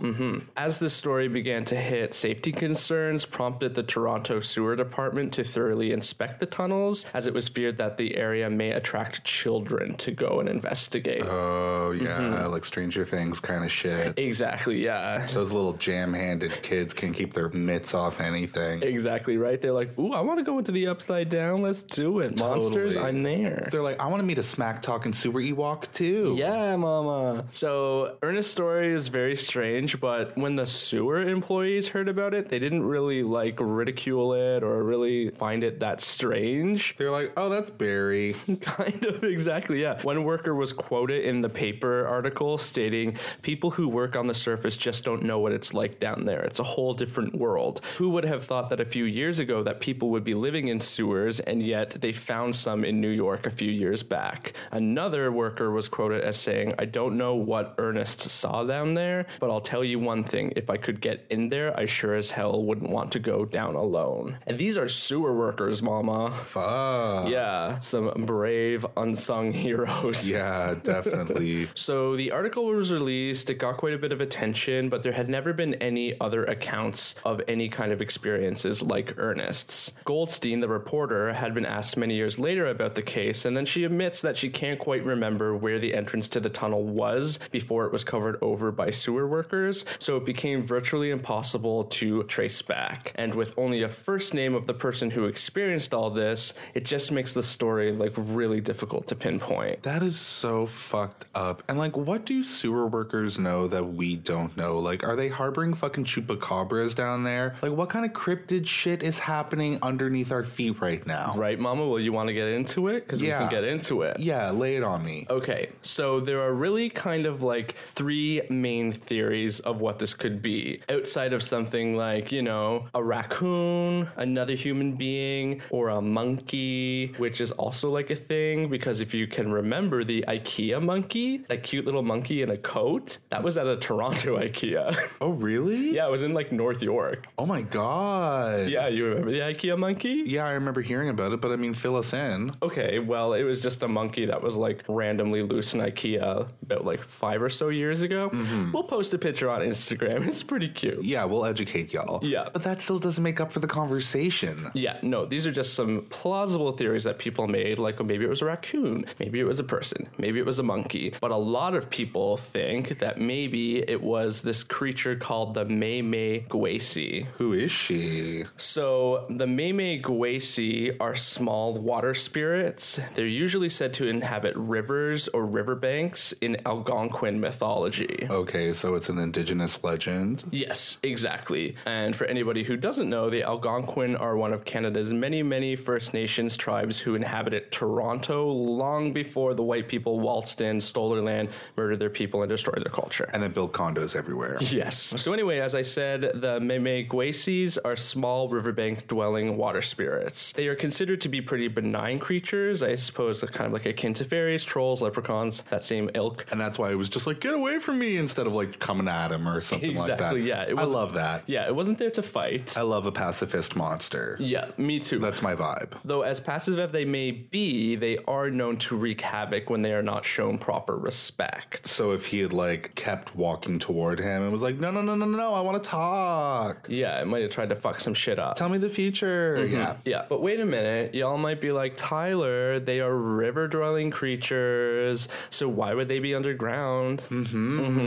Speaker 4: As this story began to hit, safety concerns prompted the Toronto Sewer Department to thoroughly inspect the tunnels, as it was feared that the area may attract children to go and investigate.
Speaker 1: Oh, yeah. Like Stranger Things kind of shit.
Speaker 4: exactly, yeah.
Speaker 1: Those little jam handed kids can keep their mitts off anything.
Speaker 4: Exactly right. They're like, ooh, I want to go into the upside down. Let's do it. Monsters,
Speaker 1: Totally.
Speaker 4: I'm there.
Speaker 1: They're like, I want to meet a smack talking super Ewok too.
Speaker 4: Yeah, mama. So Ernest's story is very strange, but when the sewer employees heard about it, they didn't really like ridicule it or really find it that strange.
Speaker 1: They're like, oh, that's Barry.
Speaker 4: Kind of exactly, yeah. One worker was quoted in the paper article stating, People who work on the surface just don't know what it's like down there. It's a whole different world. Who would have thought that a few years ago that people would be living in sewers, and yet they found some in New York a few years back? Another worker was quoted as saying, I don't know what Ernest saw down there, but I'll tell you one thing if I could get in there, I sure as hell wouldn't want to go down alone. And these are sewer workers, mama.
Speaker 1: Fuck.
Speaker 4: Yeah, some brave unsung heroes.
Speaker 1: Yeah, definitely.
Speaker 4: So the article was released, it got quite a bit of attention, but there had never been any other accounts of any kind of experiences like Ernest's. Goldstein, the reporter, had been asked many years later about the case, and then she admits that she can't quite remember where the entrance to the tunnel was before it was covered over by sewer workers, so it became virtually impossible to trace back. And with only a first name of the person who experienced all this, it just makes the story like really difficult to pinpoint.
Speaker 1: That is so fucked up. And like, what do sewer workers know that we don't know? Like, are they harboring fucking chupacabras down there? Like, what kind of cryptid shit is happening underneath our feet right now?
Speaker 4: Right, Mama? Will you want to get into it? Because we
Speaker 1: Yeah.
Speaker 4: can get into it.
Speaker 1: Yeah, lay it on me.
Speaker 4: Okay, so there are really kind of like three main theories of what this could be outside of something like, you know, a raccoon, another human being, or a monkey, which is also like a thing because if you can remember the IKEA monkey, that cute little monkey in a coat, that was at a Toronto IKEA.
Speaker 1: Oh, really?
Speaker 4: yeah, it was in like North York.
Speaker 1: Oh my god.
Speaker 4: Yeah, you remember the IKEA monkey?
Speaker 1: Yeah, I remember hearing about it, but I mean, fill us in. in.
Speaker 4: Okay, well, it was just a monkey that was like randomly loose in IKEA about like five or so years ago. We'll post a picture on Instagram. It's pretty cute.
Speaker 1: Yeah, we'll educate y'all.
Speaker 4: Yeah.
Speaker 1: But that still doesn't make up for the conversation.
Speaker 4: Yeah, no, these are just some plausible theories that people made. Like, oh, maybe it was a raccoon, maybe it was a person, maybe it was a monkey. But a lot of people think that maybe it was this creature called the Mei Mei Guesi.
Speaker 1: Who is she?
Speaker 4: So, the Mei Mei Guesi are small water spirits. They're usually said to inhabit rivers or riverbanks in Algonquin mythology.
Speaker 1: Okay, so it's an indigenous legend.
Speaker 4: Yes, exactly. And for anybody who doesn't know, the Algonquin are one of Canada's many, many First Nations tribes who inhabited Toronto long before the white people waltzed in, stole their land, murdered their people, and destroyed their culture.
Speaker 1: And then build condos everywhere.
Speaker 4: Yes. So anyway, as I said, the Memeguesis are small riverbank dwelling water spirits. They are considered to be pretty benign creatures, I suppose they're kind of like akin to fairies, trolls, leprechauns, that same ilk.
Speaker 1: And that's why it was just like, get away from me instead of like coming at him or something like that.
Speaker 4: Exactly, yeah, it
Speaker 1: I
Speaker 4: was-
Speaker 1: love that.
Speaker 4: Yeah, it wasn't there to fight.
Speaker 1: I love a pacifist monster.
Speaker 4: yeah, me too.
Speaker 1: That's my vibe.
Speaker 4: Though as passive as they may be, they are known to wreak havoc when they are not shown proper respect.
Speaker 1: So if he had like kept walking toward him and was like, no, no, no, no, no, no, I want to talk.
Speaker 4: Yeah, it might have tried to fuck some shit up.
Speaker 1: Tell me the future.
Speaker 4: Mm-hmm.
Speaker 1: Yeah.
Speaker 4: Yeah, but wait a minute. Y'all might be like, Tyler, they are river dwelling creatures, so why would they be underground? Mm-hmm.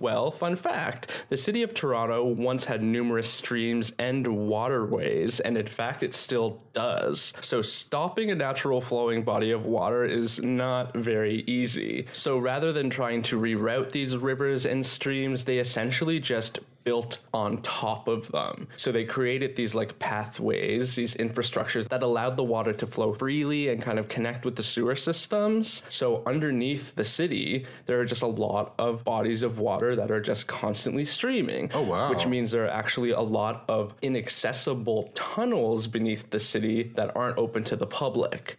Speaker 4: Well, fun fact the city of Toronto once had numerous streams and waterways, and in fact, it still does. So, stopping a natural flowing body of water is not very easy. So, rather than trying to reroute these rivers and streams, they essentially just built on top of them. So they created these like pathways, these infrastructures that allowed the water to flow freely and kind of connect with the sewer systems. So underneath the city, there are just a lot of bodies of water that are just constantly streaming.
Speaker 1: Oh, wow.
Speaker 4: Which means there are actually a lot of inaccessible tunnels beneath the city that aren't open to the public.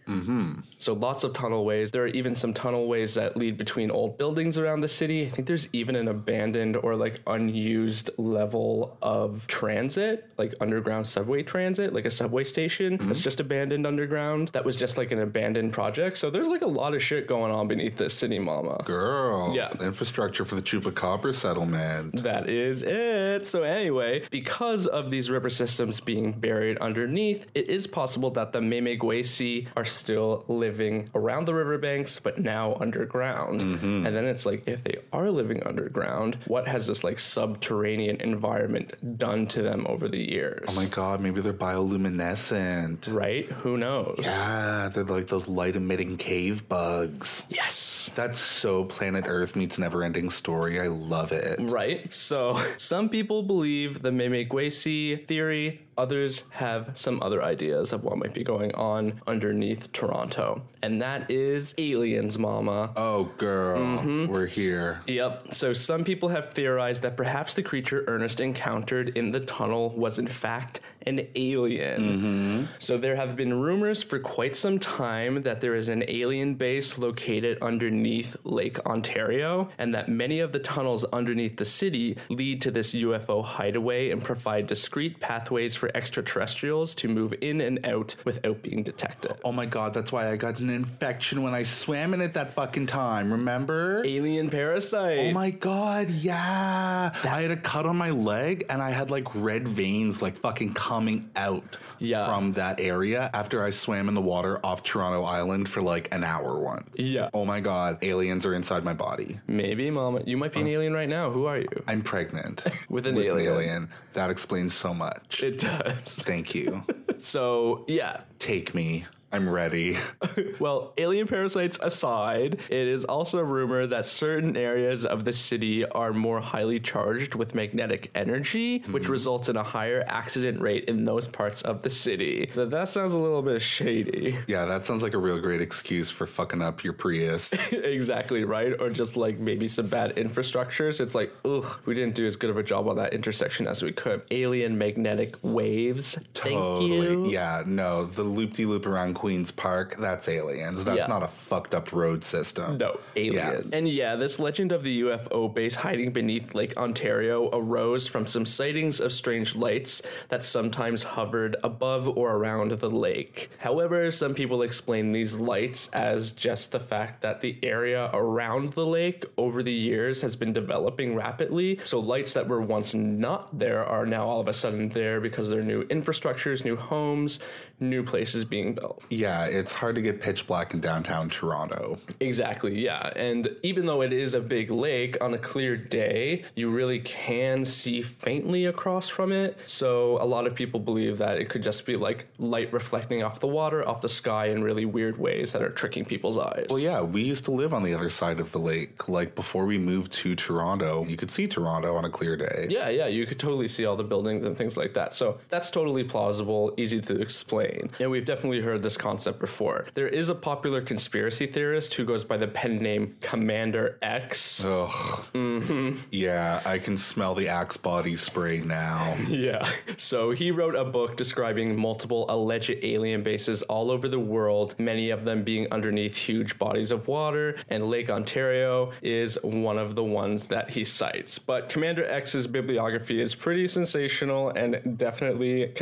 Speaker 4: So lots of tunnel ways. There are even some tunnel ways that lead between old buildings around the city. I think there's even an abandoned or like unused level of transit, like underground subway transit, like a subway station that's just abandoned underground. That was just like an abandoned project. So there's like a lot of shit going on beneath this city, mama.
Speaker 1: Girl.
Speaker 4: Yeah. Mm.
Speaker 1: Infrastructure for the Chupacabra settlement.
Speaker 4: That is it. So, anyway, because of these river systems being buried underneath, it is possible that the Memeguesi are still living around the riverbanks, but now underground.
Speaker 1: Mm-hmm.
Speaker 4: And then it's like, if they are living underground, what has this like subterranean environment done to them over the years?
Speaker 1: Oh my God, maybe they're bioluminescent.
Speaker 4: right? Who knows?
Speaker 1: Yeah, they're like those light emitting cave bugs.
Speaker 4: Yes.
Speaker 1: That's so Planet Earth meets Never Ending Story. I love it.
Speaker 4: Right. So some people believe the Memeguesi theory. Others have some other ideas of what might be going on underneath Toronto. And that is aliens, mama.
Speaker 1: Oh, girl, we're here.
Speaker 4: Yep. So some people have theorized that perhaps the creature Ernest encountered in the tunnel was in fact an
Speaker 1: Mm-hmm.
Speaker 4: alien. So there have been rumors for quite some time that there is an alien base located underneath Lake Ontario and that many of the tunnels underneath the city lead to this UFO hideaway and provide discrete pathways for extraterrestrials to move in and out without being detected.
Speaker 1: Oh my God, that's why I got an infection when I swam in it that fucking time, remember?
Speaker 4: Alien parasite.
Speaker 1: Oh my God, yeah. I had a cut on my leg and I had like red veins like fucking coming out
Speaker 4: Yeah.
Speaker 1: from that area after I swam in the water off Toronto Island for like an hour once.
Speaker 4: Yeah.
Speaker 1: Oh my God, aliens are inside my body.
Speaker 4: Maybe, Mama. You might be
Speaker 1: Oh.
Speaker 4: an alien right now. Who are you?
Speaker 1: I'm pregnant
Speaker 4: With an
Speaker 1: with
Speaker 4: alien.
Speaker 1: an alien. That explains so much.
Speaker 4: It does.
Speaker 1: Thank you.
Speaker 4: So, yeah.
Speaker 1: Take me. I'm ready.
Speaker 4: Well, alien parasites aside, it is also a rumor that certain areas of the city are more highly charged with magnetic energy, which results in a higher accident rate in those parts of the city. Th- That sounds a little bit shady.
Speaker 1: Yeah, that sounds like a real great excuse for fucking up your Prius.
Speaker 4: exactly, right? Or just like maybe some bad infrastructures. It's like, ugh, we didn't do as good of a job on that intersection as we could. Alien magnetic waves. Thank you.
Speaker 1: Yeah, no, the loop de loop around Queens Park, that's aliens. That's
Speaker 4: Yeah.
Speaker 1: not a fucked up road system.
Speaker 4: No, alien. And yeah, this legend of the UFO base hiding beneath Lake Ontario arose from some sightings of strange lights that sometimes hovered above or around the lake. However, some people explain these lights as just the fact that the area around the lake over the years has been developing rapidly. So lights that were once not there are now all of a sudden there because there are new infrastructures, new homes, new places being built.
Speaker 1: Yeah, it's hard to get pitch black in downtown Toronto.
Speaker 4: Exactly, yeah. And even though it is a big lake, on a clear day, you really can see faintly across from it. So a lot of people believe that it could just be like light reflecting off the water, off the sky in really weird ways that are tricking people's eyes.
Speaker 1: Well, yeah, we used to live on the other side of the lake. Like before we moved to Toronto, you could see Toronto on a clear day.
Speaker 4: Yeah, yeah, you could totally see all the buildings and things like that. So that's totally plausible, easy to explain. And we've definitely heard this concept before. There is a popular conspiracy theorist who goes by the pen name Commander X.
Speaker 1: Ugh. Mm-hmm. Yeah, I can smell the axe body spray now.
Speaker 4: Yeah. So he wrote a book describing multiple alleged alien bases all over the world, many of them being underneath huge bodies of water, and Lake Ontario is one of the ones that he cites. But Commander X's bibliography is pretty sensational and definitely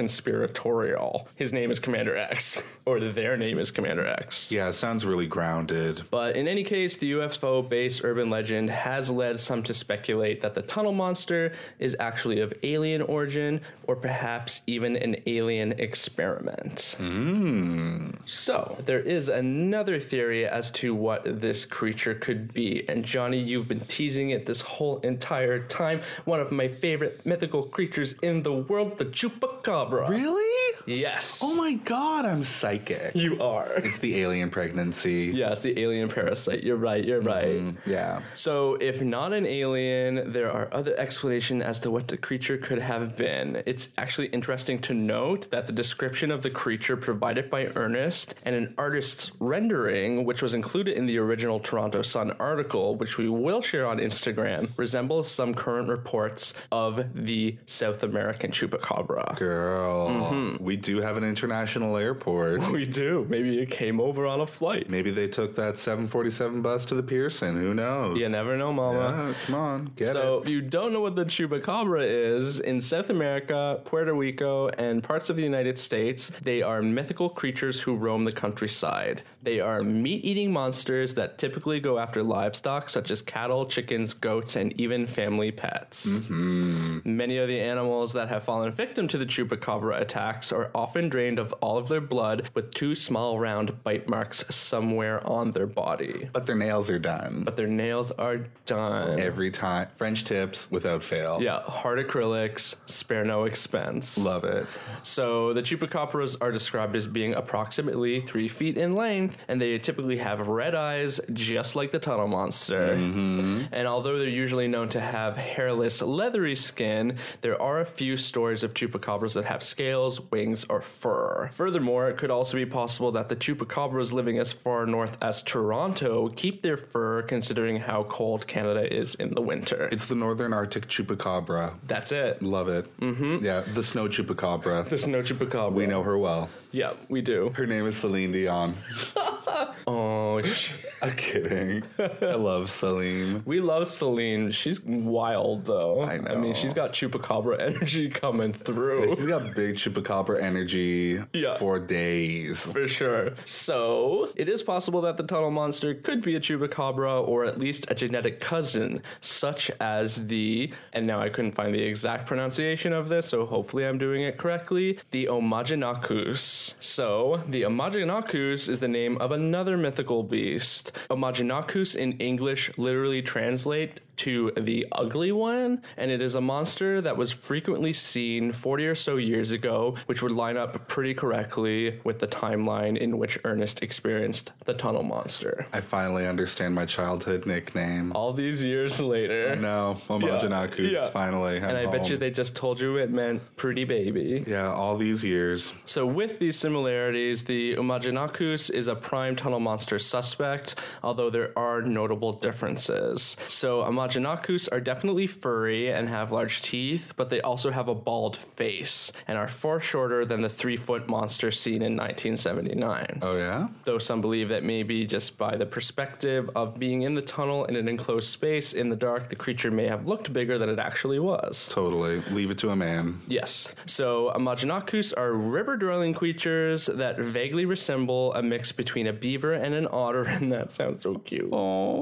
Speaker 4: conspiratorial. His name is Commander X, or their name is Commander X.
Speaker 1: yeah, it sounds really grounded.
Speaker 4: But in any case, the UFO based urban legend has led some to speculate that the tunnel monster is actually of alien origin or perhaps even an alien experiment.
Speaker 1: Hmm.
Speaker 4: So, there is another theory as to what this creature could be. And Johnny, you've been teasing it this whole entire time. One of my favorite mythical creatures in the world, the chupacabra.
Speaker 1: Really?
Speaker 4: Yes.
Speaker 1: Oh my god, I'm psychic.
Speaker 4: you are.
Speaker 1: It's the alien pregnancy.
Speaker 4: Yes, the alien parasite. You're right. You're
Speaker 1: Mm-hmm.
Speaker 4: right.
Speaker 1: Yeah.
Speaker 4: So, if not an alien, there are other explanations as to what the creature could have been. It's actually interesting to note that the description of the creature provided by Ernest and an artist's rendering, which was included in the original Toronto Sun article, which we will share on Instagram, resembles some current reports of the South American chupacabra.
Speaker 1: Girl,
Speaker 4: Mm-hmm.
Speaker 1: we do have an international airport.
Speaker 4: We do. Maybe it came over on a flight.
Speaker 1: Maybe they took that 747 bus to the Pearson. Who knows?
Speaker 4: You never know, mama.
Speaker 1: Yeah, come on, get
Speaker 4: so,
Speaker 1: it.
Speaker 4: if you don't know what the chupacabra is, in South America, Puerto Rico, and parts of the United States, they are mythical creatures who roam the countryside. They are meat eating monsters that typically go after livestock such as cattle, chickens, goats, and even family pets.
Speaker 1: Mm-hmm. Mm.
Speaker 4: Many of the animals that have fallen victim to the chupacabra attacks are often drained of all of their blood with two small round bite marks somewhere on their body.
Speaker 1: But their nails are done.
Speaker 4: But their nails are done.
Speaker 1: Every time. French tips without fail.
Speaker 4: Yeah, hard acrylics, spare no expense.
Speaker 1: Love it.
Speaker 4: So the chupacabras are described as being approximately three feet in length, and they typically have red eyes, just like the tunnel monster.
Speaker 1: Mm-hmm.
Speaker 4: And although they're usually known to have hairless, leathery skin, there are a few stories of chupacabras that have scales, wings, or fur. Furthermore, it could also be possible that the chupacabras living as far north as Toronto keep their fur, considering how cold Canada is in the winter.
Speaker 1: It's the Northern Arctic chupacabra.
Speaker 4: That's it.
Speaker 1: Love it. Mm-hmm. Yeah, the snow chupacabra.
Speaker 4: There's no chupacabra.
Speaker 1: we know her well.
Speaker 4: Yeah, we do.
Speaker 1: Her name is Celine Dion.
Speaker 4: Oh, sh-
Speaker 1: I'm kidding. I love Celine.
Speaker 4: we love Celine. She's wild, though.
Speaker 1: I
Speaker 4: I mean, she's
Speaker 1: know.
Speaker 4: got chupacabra energy coming
Speaker 1: She's
Speaker 4: through.
Speaker 1: got big chupacabra energy
Speaker 4: Yeah.
Speaker 1: for days.
Speaker 4: For sure. So, it is possible that the tunnel monster could be a chupacabra or at least a genetic cousin, such as the, and now I couldn't find the exact pronunciation of this, so hopefully I'm doing it correctly, the Omaginacus. So, the Omaginacus is the name of another mythical beast. Omaginacus in English literally translate to the ugly one, and it is a monster that was frequently seen 40 or so years ago, which would line up pretty correctly with the timeline in which Ernest experienced the tunnel monster.
Speaker 1: I finally understand my childhood nickname.
Speaker 4: All these years later.
Speaker 1: No, Omajinakus,
Speaker 4: Yeah.
Speaker 1: finally. I'm
Speaker 4: And I bet
Speaker 1: home.
Speaker 4: you they just told you it meant pretty baby.
Speaker 1: Yeah, all these years.
Speaker 4: So, with these similarities, the Umajinakus is a prime tunnel monster suspect, although there are notable differences. So, a Majinakus are definitely furry and have large teeth, but they also have a bald face and are far shorter than the three foot monster seen in 1979
Speaker 1: Oh, yeah?
Speaker 4: though some believe that maybe just by the perspective of being in the tunnel in an enclosed space in the dark, the creature may have looked bigger than it actually was.
Speaker 1: Totally. Leave it to a man.
Speaker 4: Yes, so Majinakus are river dwelling creatures that vaguely resemble a mix between a beaver and an otter, and that sounds so cute.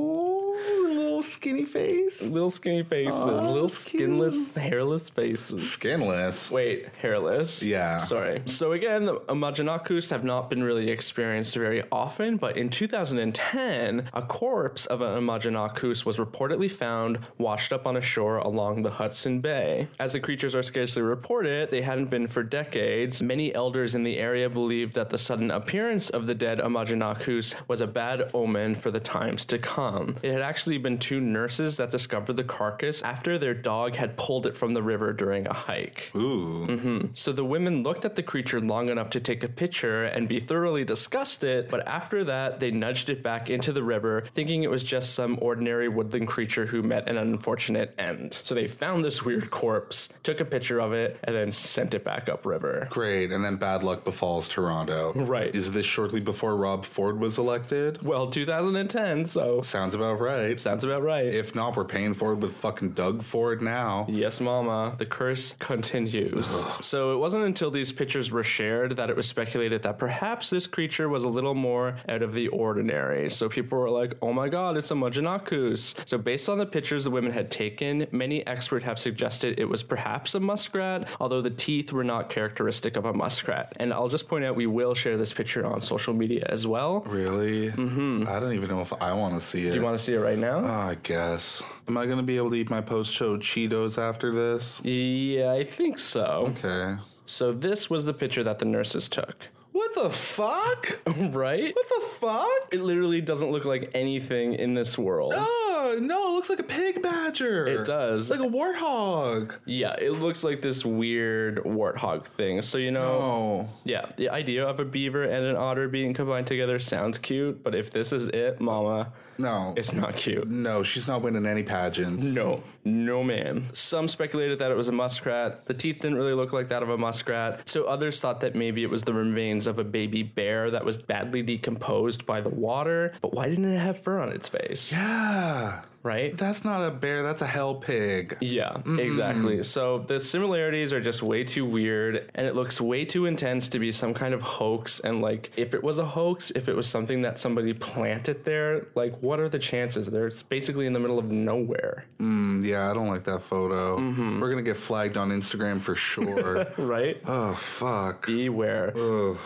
Speaker 1: Oh, little skinny face.
Speaker 4: Little skinny faces,
Speaker 1: Aw,
Speaker 4: little
Speaker 1: that's cute.
Speaker 4: skinless, hairless faces.
Speaker 1: Skinless.
Speaker 4: Wait, hairless.
Speaker 1: Yeah.
Speaker 4: Sorry. So again, the Amajinakus have not been really experienced very often, but in 2010, a corpse of an Amajinakus was reportedly found washed up on a shore along the Hudson Bay. As the creatures are scarcely reported, they hadn't been for decades. Many elders in the area believed that the sudden appearance of the dead Amajinakus was a bad omen for the times to come. It had actually been two nurses that discovered the carcass after their dog had pulled it from the river during a hike.
Speaker 1: Ooh.
Speaker 4: Mm. So the women looked at the creature long enough to take a picture and be thoroughly disgusted, but after that, they nudged it back into the river, thinking it was just some ordinary woodland creature who met an unfortunate end. So they found this weird corpse, took a picture of it, and then sent it back upriver.
Speaker 1: Great. And then bad luck befalls Toronto.
Speaker 4: Right.
Speaker 1: Is this shortly before Rob Ford was elected?
Speaker 4: Well, 2010, so
Speaker 1: Sounds about right.
Speaker 4: sounds about right.
Speaker 1: If not, we're paying for it with fucking Doug Ford now.
Speaker 4: Yes, Mama. The curse continues. so it wasn't until these pictures were shared that it was speculated that perhaps this creature was a little more out of the ordinary. So people were like, "Oh my God, it's a Mujinakus." So based on the pictures the women had taken, many experts have suggested it was perhaps a muskrat, although the teeth were not characteristic of a muskrat. And I'll just point out we will share this picture on social media as well.
Speaker 1: Really? Mm-hmm. I don't even know if I want to see it.
Speaker 4: Do you want to see it right now?
Speaker 1: Oh, I guess. Am I going to be able to eat my post show Cheetos after this?
Speaker 4: yeah, I think so.
Speaker 1: Okay.
Speaker 4: So this was the picture that the nurses took.
Speaker 1: What the fuck?
Speaker 4: Right?
Speaker 1: What the fuck?
Speaker 4: It literally doesn't look like anything in this world.
Speaker 1: Oh, no, it looks like a pig badger.
Speaker 4: It does.
Speaker 1: It's like a warthog.
Speaker 4: Yeah, it looks like this weird warthog thing. So, you know,
Speaker 1: Oh.
Speaker 4: yeah, the idea of a beaver and an otter being combined together sounds cute, but if this is it, mama,
Speaker 1: No.
Speaker 4: it's not cute.
Speaker 1: no, she's not winning any pageants.
Speaker 4: No, no, ma'am. Some speculated that it was a muskrat. The teeth didn't really look like that of a muskrat. So others thought that maybe it was the remains of a baby bear that was badly decomposed by the water. But why didn't it have fur on its face?
Speaker 1: Ah,
Speaker 4: Right?
Speaker 1: that's not a bear, that's a hell pig.
Speaker 4: Yeah, exactly. So the similarities are just way too weird and it looks way too intense to be some kind of hoax. And like, if it was a hoax, if it was something that somebody planted there, like, what are the chances? They're it's basically in the middle of nowhere,
Speaker 1: Mm, yeah, I don't like that photo.
Speaker 4: Mm-hmm.
Speaker 1: We're going to get flagged on Instagram for sure.
Speaker 4: right?
Speaker 1: oh, fuck.
Speaker 4: Beware.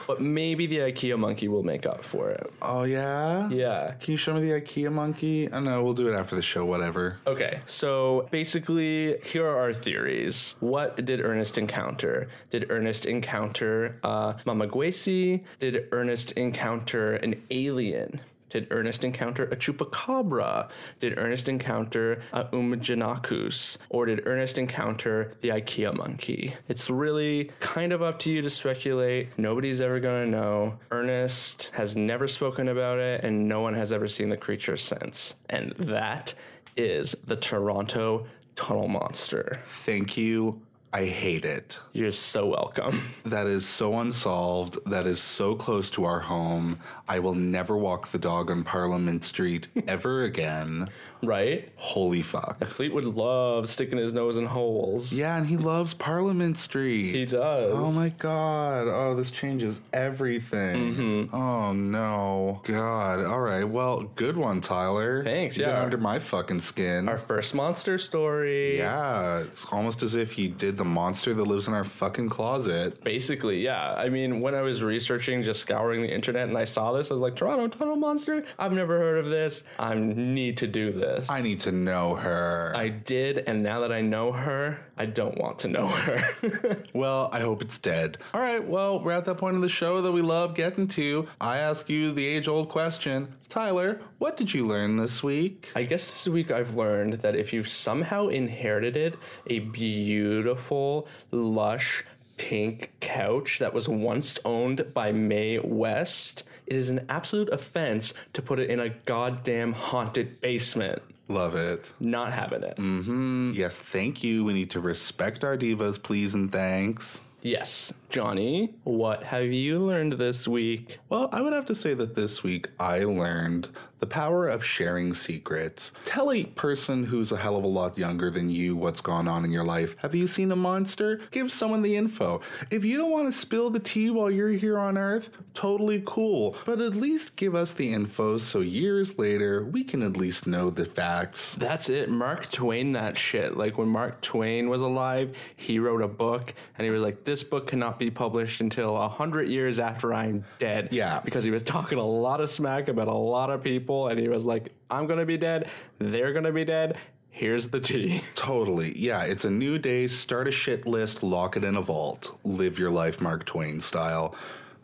Speaker 4: But maybe the IKEA monkey will make up for it.
Speaker 1: Oh, yeah?
Speaker 4: Yeah.
Speaker 1: Can you show me the IKEA monkey? I know, we'll do it after the show, whatever.
Speaker 4: Okay, so basically, here are our theories. What did Ernest encounter? Did Ernest encounter uh, Mama Gwesi? Did Ernest encounter an alien? Did Ernest encounter a chupacabra? Did Ernest encounter a umjanakus? Or did Ernest encounter the IKEA monkey? It's really kind of up to you to speculate. Nobody's ever going to know. Ernest has never spoken about it, and no one has ever seen the creature since. And that is the Toronto Tunnel Monster.
Speaker 1: Thank you. I hate it.
Speaker 4: You're so welcome.
Speaker 1: That is so unsolved. That is so close to our home. I will never walk the dog on Parliament Street ever again.
Speaker 4: Right?
Speaker 1: Holy fuck.
Speaker 4: Fleetwood loves sticking his nose in holes.
Speaker 1: Yeah, and he loves Parliament Street.
Speaker 4: He does.
Speaker 1: Oh my god. Oh, this changes everything.
Speaker 4: Mm-hmm.
Speaker 1: Oh no. God. All right. Well, good one, Tyler.
Speaker 4: Thanks,
Speaker 1: You got
Speaker 4: yeah.
Speaker 1: under my fucking skin.
Speaker 4: Our first monster story.
Speaker 1: yeah, it's almost as if you did the monster that lives in our fucking closet.
Speaker 4: Basically, yeah. I mean, when I was researching, just scouring the internet, and I saw this, I was like, Toronto Tunnel Monster? I've never heard of this. I need to do this.
Speaker 1: I need to know her.
Speaker 4: I did, and now that I know her, I don't want to know her.
Speaker 1: Well, I hope it's dead. All right, well, we're at that point of the show that we love getting to. I ask you the age old question Tyler, what did you learn this week?
Speaker 4: I guess this week I've learned that if you've somehow inherited a beautiful, lush, pink cat couch that was once owned by Mae West, it is an absolute offense to put it in a goddamn haunted basement.
Speaker 1: Love it. Mm-hmm.
Speaker 4: Not having it.
Speaker 1: Mm. Yes, thank you. We need to respect our divas, please and thanks.
Speaker 4: Yes. Johnny, what have you learned this week?
Speaker 1: Well, I would have to say that this week I learned the power of sharing secrets. Tell a person who's a hell of a lot younger than you what's gone on in your life. Have you seen a monster? Give someone the info. If you don't want to spill the tea while you're here on Earth, totally cool. But at least give us the info so years later we can at least know the facts.
Speaker 4: That's it. Mark Twain, that shit. Like when Mark Twain was alive, he wrote a book and he was like, This book cannot be published until 100 years after I'm dead.
Speaker 1: Yeah.
Speaker 4: Because he was talking a lot of smack about a lot of people and he was like, I'm going to be dead. They're going to be dead. Here's the tea.
Speaker 1: Totally. Yeah, it's a new day. Start a shit list, lock it in a vault. Live your life Mark Twain style.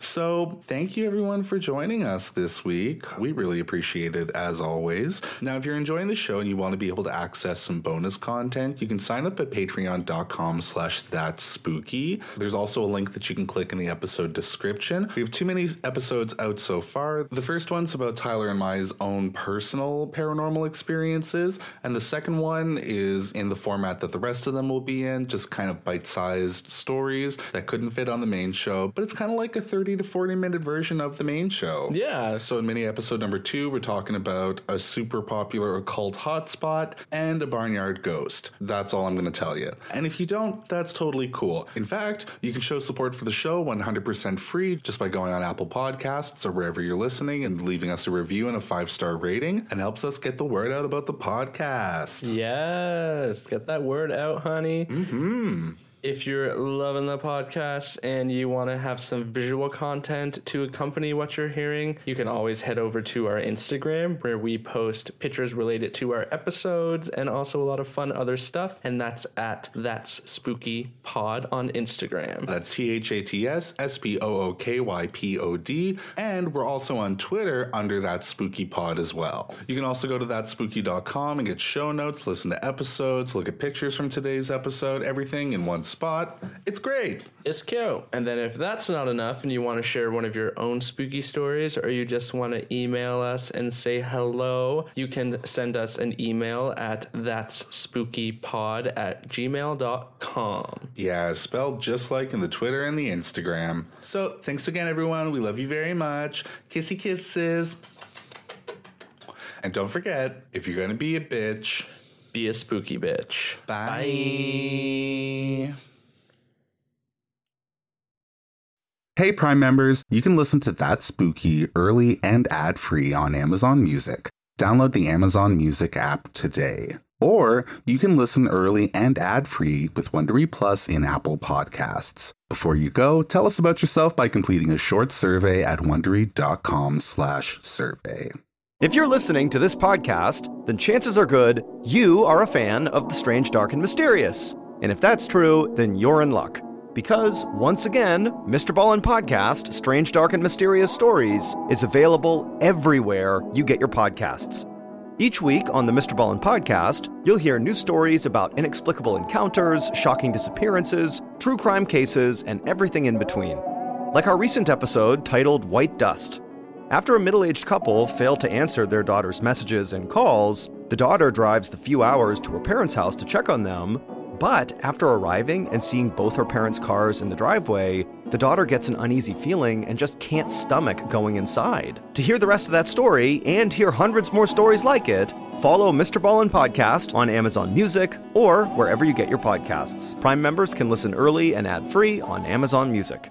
Speaker 1: So, thank you everyone for joining us this week. We really appreciate it as always. Now, if you're enjoying the show and you want to be able to access some bonus content, you can sign up at patreon.com slash that's spooky. There's also a link that you can click in the episode description. We have too many episodes out so far. The first one's about Tyler and my own personal paranormal experiences, and the second one is in the format that the rest of them will be in, just kind of bite sized stories that couldn't fit on the main show, but it's kind of like a 30 to 40 minute version of the main show.
Speaker 4: Yeah.
Speaker 1: Uh, So, in mini episode number two, we're talking about a super popular occult hotspot and a barnyard ghost. That's all I'm going to tell you. And if you don't, that's totally cool. In fact, you can show support for the show 100% free just by going on Apple Podcasts or wherever you're listening and leaving us a review and a five star rating and helps us get the word out about the podcast.
Speaker 4: Yes, get that word out, honey. Mm-hmm. If you're loving the podcast and you want to have some visual content to accompany what you're hearing, you can always head over to our Instagram where we post pictures related to our episodes and also a lot of fun other stuff. And that's at That's Spooky Pod on Instagram.
Speaker 1: That's T H A T S S P O O K Y P O D. And we're also on Twitter under That Spooky Pod as well. You can also go to thatspooky.com and get show notes, listen to episodes, look at pictures from today's episode, everything in one spot. It's great.
Speaker 4: It's cute. And then if that's not enough and you want to share one of your own spooky stories or you just want to email us and say hello, you can send us an email at that's spookypod at gmail.com.
Speaker 1: Yeah, spelled just like in the Twitter and the Instagram. So thanks again, everyone. We love you very much. Kissy kisses. And don't forget, if you're going to be a bitch,
Speaker 4: Be a spooky bitch.
Speaker 1: Bye. Hey, Prime members, you can listen to That Spooky early and ad free on Amazon Music. Download the Amazon Music app today. Or you can listen early and ad free with Wondery Plus in Apple Podcasts. Before you go, tell us about yourself by completing a short survey at wondery.com/slash survey.
Speaker 7: If you're listening to this podcast, then chances are good you are a fan of the strange, dark, and mysterious. And if that's true, then you're in luck. Because, once again, Mr. Ballin Podcast, Strange, Dark, and Mysterious Stories, is available everywhere you get your podcasts. Each week on the Mr. Ballin Podcast, you'll hear new stories about inexplicable encounters, shocking disappearances, true crime cases, and everything in between. Like our recent episode titled White Dust. After a middle aged couple fail to answer their daughter's messages and calls, the daughter drives the few hours to her parents' house to check on them. But after arriving and seeing both her parents' cars in the driveway, the daughter gets an uneasy feeling and just can't stomach going inside. To hear the rest of that story and hear hundreds more stories like it, follow Mr. Ballin Podcast on Amazon Music or wherever you get your podcasts. Prime members can listen early and ad free on Amazon Music.